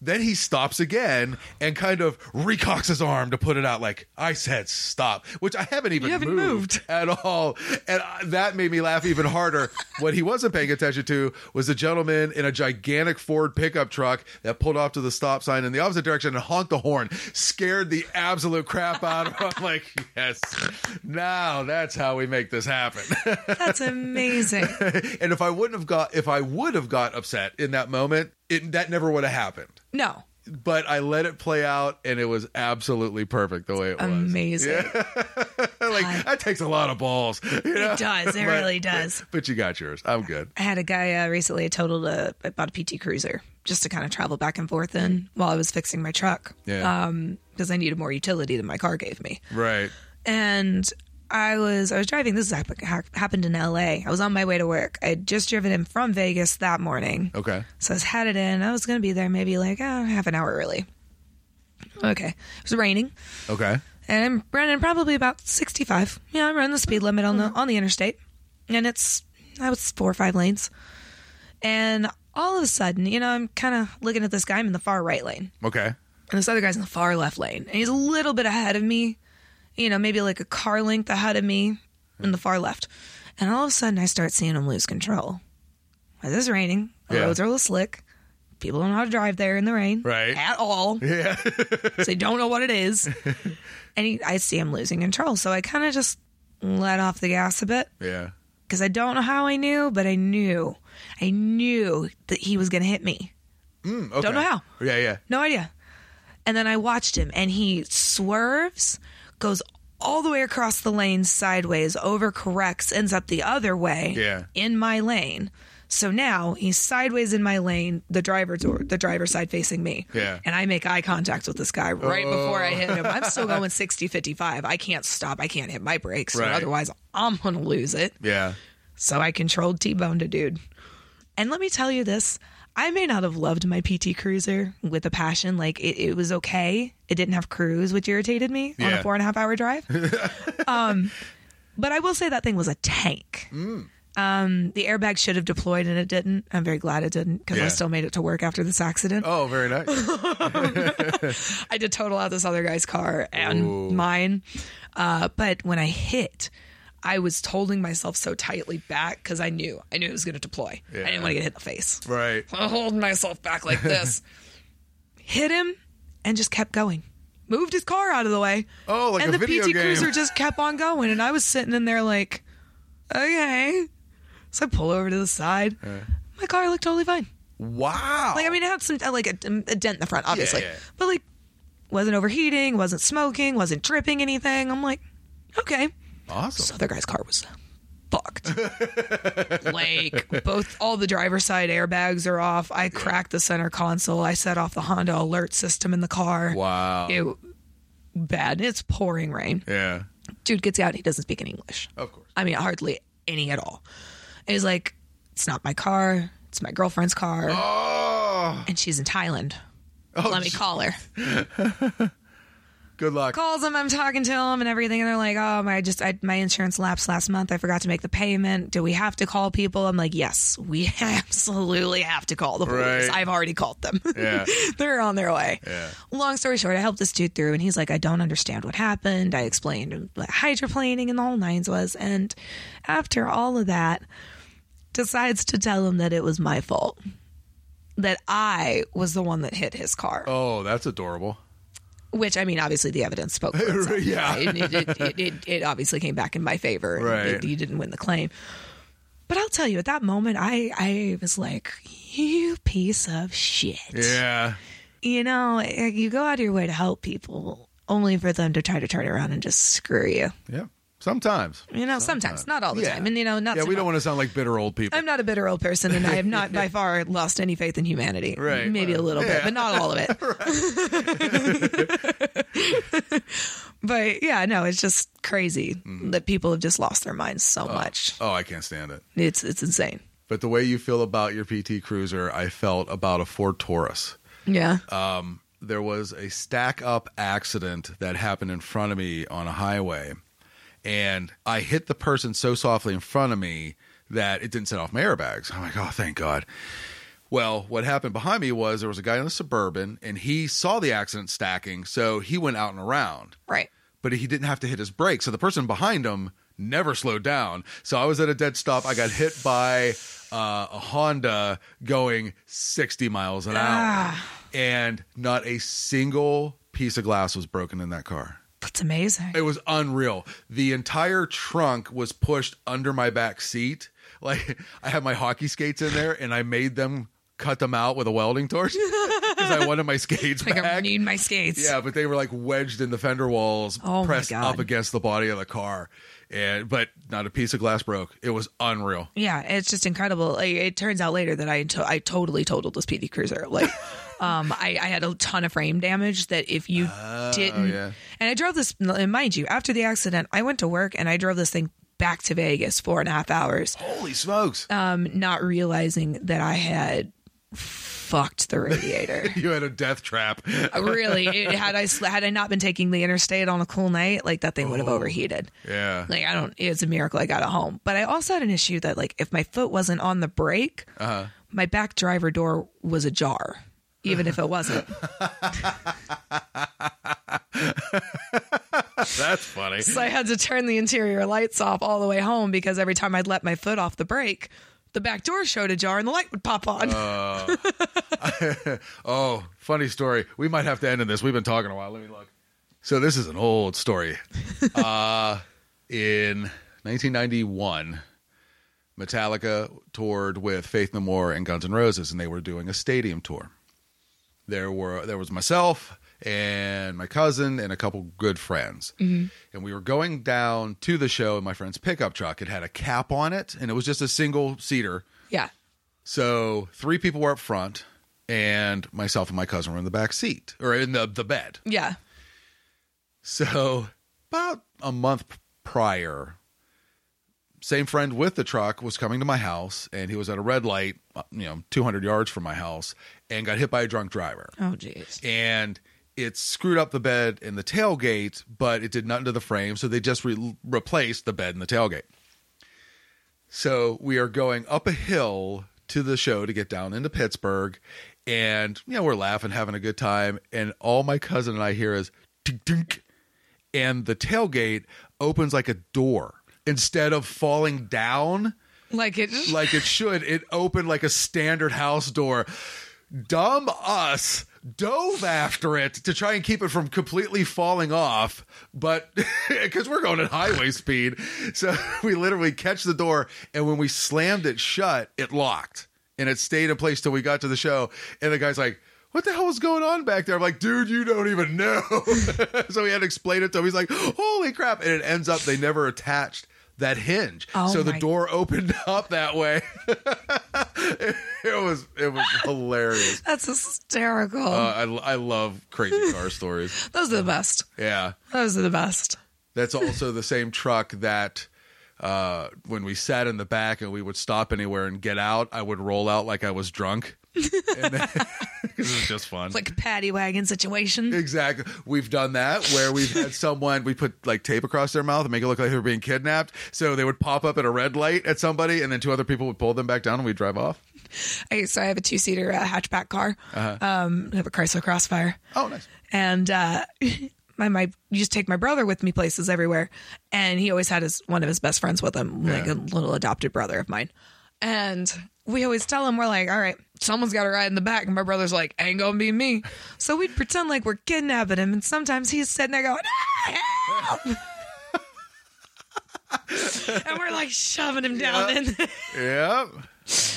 then he stops again and kind of recocks his arm to put it out like i said stop which i haven't even
You haven't moved.
at all. And I- that made me laugh even harder. what he wasn't paying attention to was a gentleman in a gigantic Ford pickup truck that pulled off to the stop sign in the opposite direction and honked the horn, scared the absolute crap out of him. I'm like, yes, now that's how we make this happen. [laughs]
That's amazing.
and if I wouldn't have got, if I would have got upset in that moment, it, that never would have happened.
No.
But I let it play out, and it was absolutely perfect the way it was.
Amazing.
like that takes a lot of balls. you know?
It does.
[laughs]
It
But-
really does.
But you got yours. I'm good.
I had a guy uh, recently. I totaled a I bought a PT Cruiser just to kind of travel back and forth in while I was fixing my truck.
Yeah.
Um, because I needed more utility than my car gave me.
Right.
and I was I was driving. This hap- ha- happened in L.A. I was on my way to work. I had just driven in from Vegas that morning,
Okay.
so I was headed in. I was going to be there maybe like oh, half an hour early. Okay, it was raining,
Okay.
and I'm running probably about 65. Yeah, I'm running the speed limit on the on the interstate, and it's I was four or five lanes, and all of a sudden, you know, I'm kind of looking at this guy. I'm in the far right lane
Okay.
and this other guy's in the far left lane, and he's a little bit ahead of me, you know, maybe like a car length ahead of me in the far left. And all of a sudden, I start seeing him lose control. It is raining. The
Yeah.
roads are a little slick. People don't know how to drive there in the rain,
Right.
At all.
[laughs] Yeah.
so they don't know what
[laughs]
it is. And he, I see him losing control, so I kind of just let off the gas a bit
yeah.
because I don't know how I knew, but I knew, I knew that he was going to hit me.
Mm, okay.
Don't know how.
Yeah. Yeah.
No idea. And then I watched him, and he swerves, goes all the way across the lane sideways, overcorrects, ends up the other way
Yeah.
in my lane. So now he's sideways in my lane, the driver door, the driver's side facing me.
Yeah.
And I make eye contact with this guy right before I hit him. I'm still going 60, 55. I can't stop. I can't hit my brakes, or
Oh. Right.
otherwise I'm going to lose it.
Yeah.
So I controlled T boned a dude. And let me tell you this I may not have loved my PT Cruiser with a passion. Like, it, it was okay. It didn't have cruise, which irritated me on
Yeah.
a four and a half hour drive. um,
[laughs]
but I will say that thing was a tank.
Mm.
Um, the airbag should have deployed and it didn't. I'm very glad it didn't because
Yeah.
I still made it to work after this accident.
Oh, very
[laughs]
nice.
I did total out this other guy's car and
Ooh.
mine. Uh, but when I hit, I was holding myself so tightly back because I knew I knew it was going to deploy. I
Yeah.
didn't want to get hit in the face.
right.
I'm holding myself back like this.
[laughs]
hit him and just kept going. Moved his car out of the way.
Oh, like
and
a
the
video
PT
game.
Cruiser just kept on going, and I was sitting in there like, okay. So I pull over to the side. My car looked totally fine.
Wow.
Like I mean, it had some like a, a dent in the front, obviously,
yeah.
but like wasn't overheating, wasn't smoking, wasn't dripping anything. I'm like, okay, this
awesome.
other guy's car was
[laughs]
fucked. like both all the driver's side airbags are off. I cracked the center console. I set off the Honda alert system in the car.
Wow.
It bad. It's pouring rain.
yeah.
Dude gets out. He doesn't speak any English.
Of course.
I mean, hardly any at all. And he's like, it's not my car. It's my girlfriend's car,
Oh.
and she's in Thailand
oh
let me call her.
Good luck.
calls him. I'm talking to him and everything, and they're like, "Oh my, I just I, my insurance lapsed last month. I forgot to make the payment. Do we have to call people?" I'm like, "Yes, we [laughs] absolutely have to call the police.
Right.
I've already called them. [laughs]
Yeah.
They're on their way."
Yeah.
Long story short, I helped this dude through, and he's like, "I don't understand what happened." I explained what hydroplaning and the whole nines was, and after all of that, decides to tell him that it was my fault. That I was the one that hit his car
Oh, that's adorable.
which I mean, obviously the evidence spoke
[laughs]
for itself.
Yeah.
It, it, it, it, it obviously came back in my favor.
Right.
You didn't win the claim. But I'll tell you, at that moment, I, I was like, you piece of shit.
Yeah.
You know, you go out of your way to help people only for them to try to turn around and just screw you.
Yeah. Sometimes.
You know, sometimes, not all the
Yeah.
time. And, you know, not
yeah,
so
we don't
much.
want to sound like bitter old people.
I'm not a bitter old person, and I have
[laughs]
not by far lost any faith in humanity.
Right.
Maybe a little bit,
Yeah.
but not all of
[laughs]
it. [laughs] but yeah, no, it's just crazy that people have just lost their minds so much.
Mm-hmm. oh, I can't stand it.
It's it's insane.
But the way you feel about your PT Cruiser, I felt about a Ford Taurus.
Yeah.
Uh, there was a stack up accident that happened in front of me on a highway and i hit the person so softly in front of me that it didn't send off my airbags i'm like oh thank god well what happened behind me was there was a guy in a suburban and he saw the accident stacking so he went out and around
right.
but he didn't have to hit his brakes. So the person behind him never slowed down. So I was at a dead stop. I got hit by uh, a Honda going 60 miles an hour, and not a single piece of glass was broken in that car.
That's amazing.
It was unreal. The entire trunk was pushed under my back seat. [laughs] Like I had my hockey skates in there, and I made them cut them out with a welding torch [laughs] because I wanted my skates
Like I
back.
need my skates.
Yeah, but they were like wedged in the fender walls,
Oh my
pressed
God.
up against the body of the car, and but not a piece of glass broke. It was unreal.
Yeah, it's just incredible. Like, it turns out later that I to- I totally totaled this PD Cruiser. Like, um, I, I had a ton of frame damage that if you didn't,
yeah.
and I drove this. And mind you, after the accident, I went to work and I drove this thing back to Vegas four and a half hours,
Holy smokes!
um, not realizing that I had fucked the
[laughs]
radiator.
[laughs] you had a death
[laughs]
trap.
really, it, had I sl- had I not been taking the interstate on a cool night, like that thing would have overheated.
Yeah.
Like I don't. It's a miracle I got it home. But I also had an issue that like if my foot wasn't on the brake, my back driver door was ajar, even if it wasn't.
That's funny.
so I had to turn the interior lights off all the way home because every time I'd let my foot off the brake, the back door showed ajar and the light would pop on.
Oh, funny story. We might have to end in this. We've been talking a while. Let me look. So this is an old story. uh, in 1991, Metallica toured with Faith No More and Guns N' Roses, and they were doing a stadium tour. There were there was myself and my cousin and a couple good friends, and we were going down to the show in my friend's pickup truck. It had a cap on it, and it was just a single seater.
[laughs] yeah.
So three people were up front, and myself and my cousin were in the back seat or in the the bed.
Yeah.
So about a month prior, same friend with the truck was coming to my house, and he was at a red light, uh, you know, 200 yards from my house, and got hit by a drunk driver,
Oh jeez.
and it screwed up the bed and the tailgate, but it did nothing to the frame, so they just re- replaced the bed and the tailgate. So we are going up a hill to the show to get down into Pittsburgh. And, you know, we're laughing, having a good time. And all my cousin and I hear is dink, dink. And the tailgate opens like a door. Instead of falling down
Like it.
like it should, it opened like a standard house door. Dumb us dove after it to try and keep it from completely falling off, but [laughs] because we're going at highway speed. So [laughs] we literally catch the door, and when we slammed it shut, it locked and it stayed in place till we got to the show. And the guy's like, what the hell was going on back there? I'm like, dude, you don't even know. [laughs] so he had to explain it to him. He's like, holy crap. And it ends up they never attached that hinge.
Oh
so the
my
door door opened [laughs] up that way. it was it
[laughs]
was hilarious.
that's hysterical.
Uh, I I love crazy car stories.
Those are the best.
Yeah,
Those are the best.
that's also the same truck that uh, when we sat in the back and we would stop anywhere and get out, I would roll out like I was drunk. [laughs] because it's just fun.
like paddy wagon situation.
Exactly. We've done that where we've had someone we put like tape across their mouth and make it look like they were being kidnapped. So they would pop up at a red light at somebody, and then two other people would pull them back down, and we'd drive off.
I, so I have a two seater uh, hatchback car. Um, I have a Chrysler Crossfire,
Oh, nice.
and uh, [laughs] my my used to take my brother with me places everywhere, and he always had his one of his best friends with him, like
Yeah.
a little adopted brother of mine, and we always tell him we're like, all right. Someone's got to ride in the back, and my brother's like, "Ain't gonna be me." So we'd pretend like we're kidnapping him, and sometimes he's sitting there going, "Ah, help!" and we're like shoving him down
Yeah.
in there. [laughs]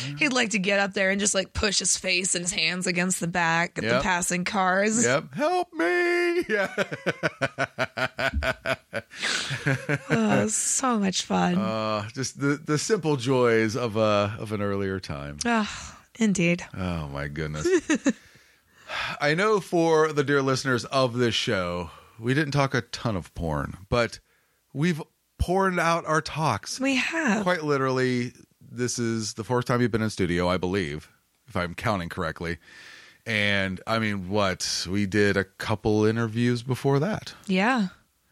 Yep.
He'd like to get up there and just like push his face and his hands against the back of
Yep.
the passing cars.
Yep. Help me. [laughs] Yeah.
Oh, it was so much fun.
Uh, just the the simple joys of uh of an earlier time.
Ah, indeed.
Oh my goodness. I know for the dear listeners of this show, we didn't talk a ton of porn, but we've porned out our talks.
We have.
quite literally this is the fourth time you've been in studio i believe if i'm counting correctly and i mean what we did a couple interviews before that
yeah.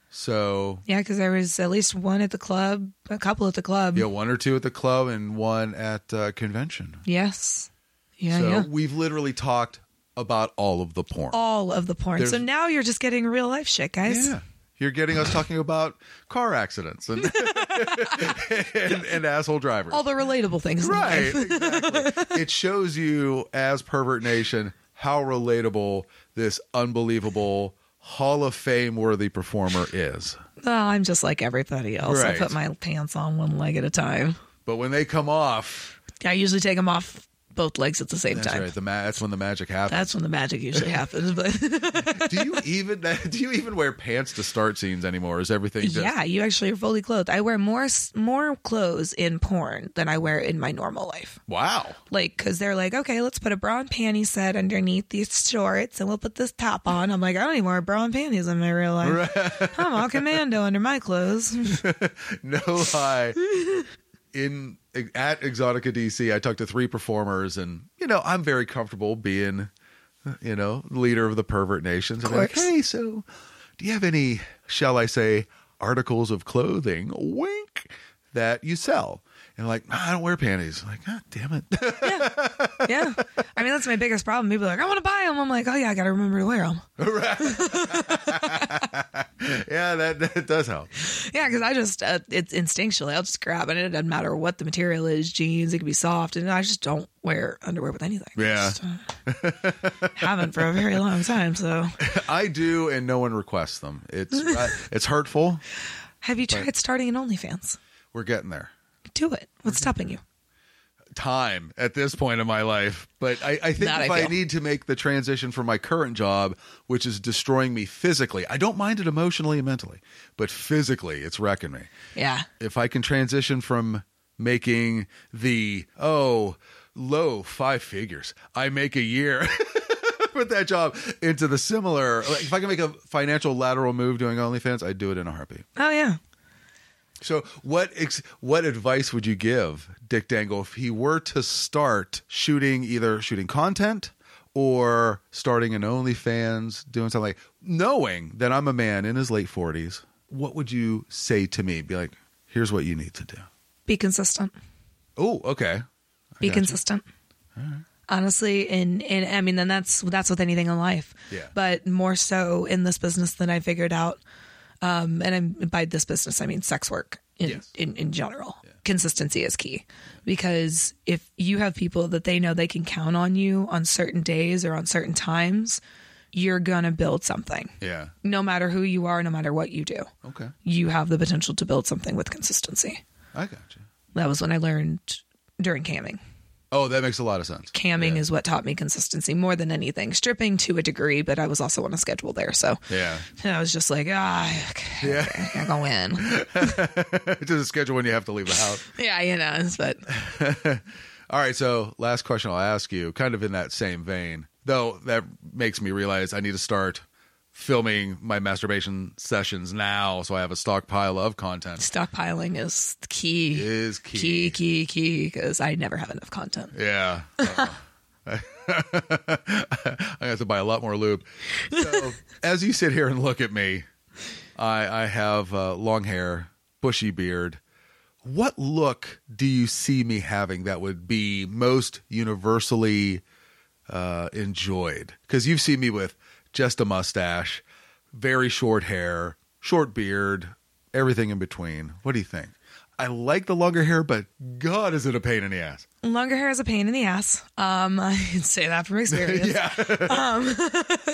so
Yeah, because there was at least one at the club, a couple at the club.
yeah one or two at the club and one at uh, convention
Yes. Yeah,
so
yeah.
we've literally talked about all of the porn
All of the porn.
There's-
So now you're just getting real life shit, guys.
yeah you're getting us talking about car accidents and [laughs] and, and asshole drivers
All the relatable things. in life.
Right, exactly. it shows you, as Pervert Nation, how relatable this unbelievable Hall of Fame worthy performer is.
Oh, I'm just like everybody else.
Right.
I put my pants on one leg at a time.
But when they come off,
I usually take them off both legs at the same
that's
time.
right. The ma- that's when the magic happens.
That's when the magic
[laughs]
usually happens. But
do you even [laughs] do you even wear pants to start scenes anymore? Is everything just
Yeah, you actually are fully clothed. I wear more s- more clothes in porn than I wear in my normal life.
wow?
Like, because they're like, okay, let's put a bra and panty set underneath these shorts, and we'll put this top on. I'm like, I don't even wear bra and panties in my real life. [laughs] I'm all commando under my clothes. [laughs]
No lie. In at Exotica DC, I talked to three performers, and you know I'm very comfortable being, you know, leader of the pervert nations. I'm like,
course.
hey, so do you have any, shall I say, articles of clothing, wink, that you sell? And like, "Nah, I don't wear panties. I'm like, God damn it. [laughs]
Yeah, I mean that's my biggest problem. People are like, I want to buy them. I'm like, oh yeah, I got to remember to wear them.
yeah, that, that does help.
[laughs] Yeah, because I just uh, it's instinctually I'll just grab it. It doesn't matter what the material is, jeans. It could be soft, and I just don't wear underwear with anything.
Yeah.
Just, uh, haven't for a very long time. So,
I do, and no one requests them. It's uh, it's hurtful.
have you tried starting an OnlyFans?
We're getting there.
Do it. What's stopping you?
time at this point in my life. But I, I think
That I
if I,
feel.
need to make the transition from my current job, which is destroying me physically, I don't mind it emotionally and mentally, but physically, it's wrecking me.
Yeah,
If I can transition from making the, oh, low five figures I make a year. [laughs] With that job into the similar, like if I can make a financial lateral move doing OnlyFans, I'd do it in a heartbeat.
Oh yeah.
So, what ex- what advice would you give Dick Dangle if he were to start shooting either shooting content or starting an OnlyFans, doing something like knowing that I'm a man in his late forties? What would you say to me? Be like, here's what you need to do.
Be consistent.
Oh, okay.
Be
gotcha.
consistent. Honestly, and and I mean, then that's that's with anything in life.
Yeah.
But more so in this business than I figured out. Um, and I'm by this business I mean sex work in
Yes.
in, in general. Consistency is key because if you have people that they know they can count on you on certain days or on certain times, you're gonna build something.
Yeah.
No matter who you are, no matter what you do,
Okay.
you have the potential to build something with consistency.
I got you.
That was when I learned during camming.
Oh, that makes a lot of sense.
Camming
Yeah.
is what taught me consistency more than anything. Stripping to a degree, but I was also on a schedule there, so
Yeah.
I was just like, ah, okay, okay, I
[laughs]
go in.
it's a schedule when you have to leave the house.
yeah, you know, it's- but
All right, so last question I'll ask you, kind of in that same vein, though that makes me realize I need to start filming my masturbation sessions now so I have a stockpile of content.
stockpiling is key,
Is key.
key, key, key, because I never have enough content.
[laughs] Yeah. Uh, I have to buy a lot more lube. So, as you sit here and look at me, I, I have uh, long hair, bushy beard. What look do you see me having that would be most universally uh, enjoyed? Because you've seen me with just a mustache, very short hair, short beard, everything in between. What do you think? I like the longer hair, but God, is it a pain in the ass?
Longer hair is a pain in the ass. Um, [laughs] I can say that from
[laughs]
experience.
Yeah.
[laughs] uh,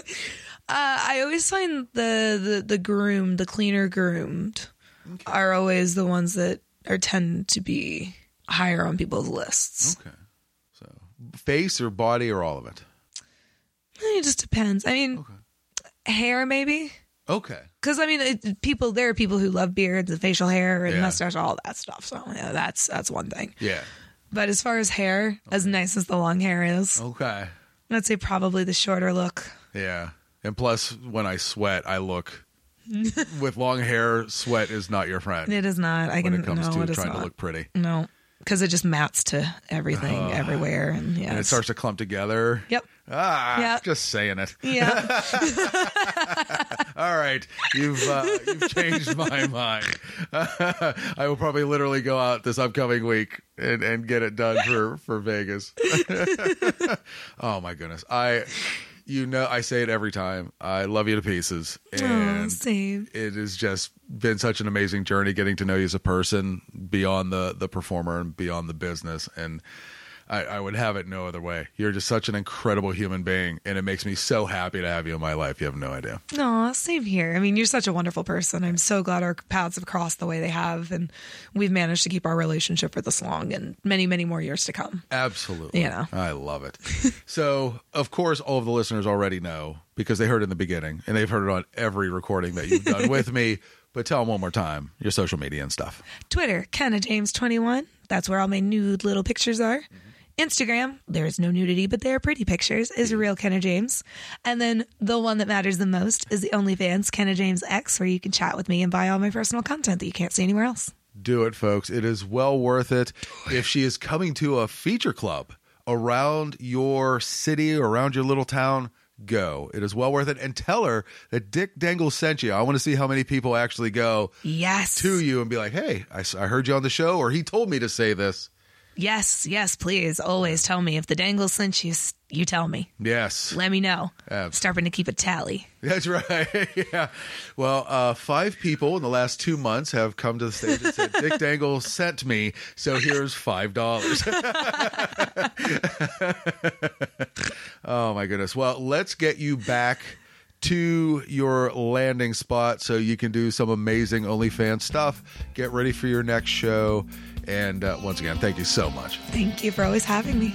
I always find the, the the groomed, the cleaner groomed, are always the ones that are tend to be higher on people's lists.
Okay. So face or body or all of it.
It just depends. I mean, hair maybe.
Okay.
Because I mean, it, people there are people who love beards and facial hair and
Yeah.
mustache, all that stuff. So yeah, that's that's one thing.
Yeah.
But as far as hair, as nice as the long hair is,
Okay.
I'd say probably the shorter look.
Yeah. And plus, when I sweat, I
[laughs]
look with long hair. Sweat is not your friend
It is not. I
when
can
it comes
no,
to
it is
trying
not.
to look pretty.
No, because it just mats to everything, everywhere, and yeah,
And it
it's-
starts to clump together.
Yep.
Ah,
Yep.
just saying it. [laughs]
Yeah.
All right, you've uh, you've changed my mind. [laughs] I will probably literally go out this upcoming week and, and get it done for for Vegas. [laughs] oh my goodness, I you know I say it every time. I love you to pieces,
oh,
and
same.
it has just been such an amazing journey getting to know you as a person beyond the the performer and beyond the business and I, I would have it no other way. You're just such an incredible human being, and it makes me so happy to have you in my life. You have no idea.
No, same here. I mean, you're such a wonderful person. I'm so glad our paths have crossed the way they have, and we've managed to keep our relationship for this long and many, many more years to come.
Absolutely.
You know.
I love it. [laughs] so, of course, all of the listeners already know because they heard it in the beginning and they've heard it on every recording that you've done with me. But tell them one more time your social media and stuff.
Twitter, Kenna James 21. That's where all my nude little pictures are. Instagram, there is no nudity, but there are pretty pictures, is real Kenna James. And then the one that matters the most is the OnlyFans, Kenna James X, where you can chat with me and buy all my personal content that you can't see anywhere else.
Do it, folks. It is well worth it. If she is coming to a feature club around your city or around your little town, go. It is well worth it. And tell her that Dick Dangle sent you. I want to see how many people actually go
Yes.
to you and be like, hey, I, s- I heard you on the show, or he told me to say this.
Yes, yes, please. Always tell me. If the dangle sent you, s- you tell me.
Yes.
Let me know.
Abs-
Starting to keep a tally.
[laughs] That's right. yeah. Well, uh, five people in the last two months have come to the stage and said, Dick Dangle sent me, so here's five dollars. [laughs] oh my goodness. Well, let's get you back to your landing spot so you can do some amazing OnlyFans stuff. Get ready for your next show. And uh, once again, thank you so much.
Thank you for always having me.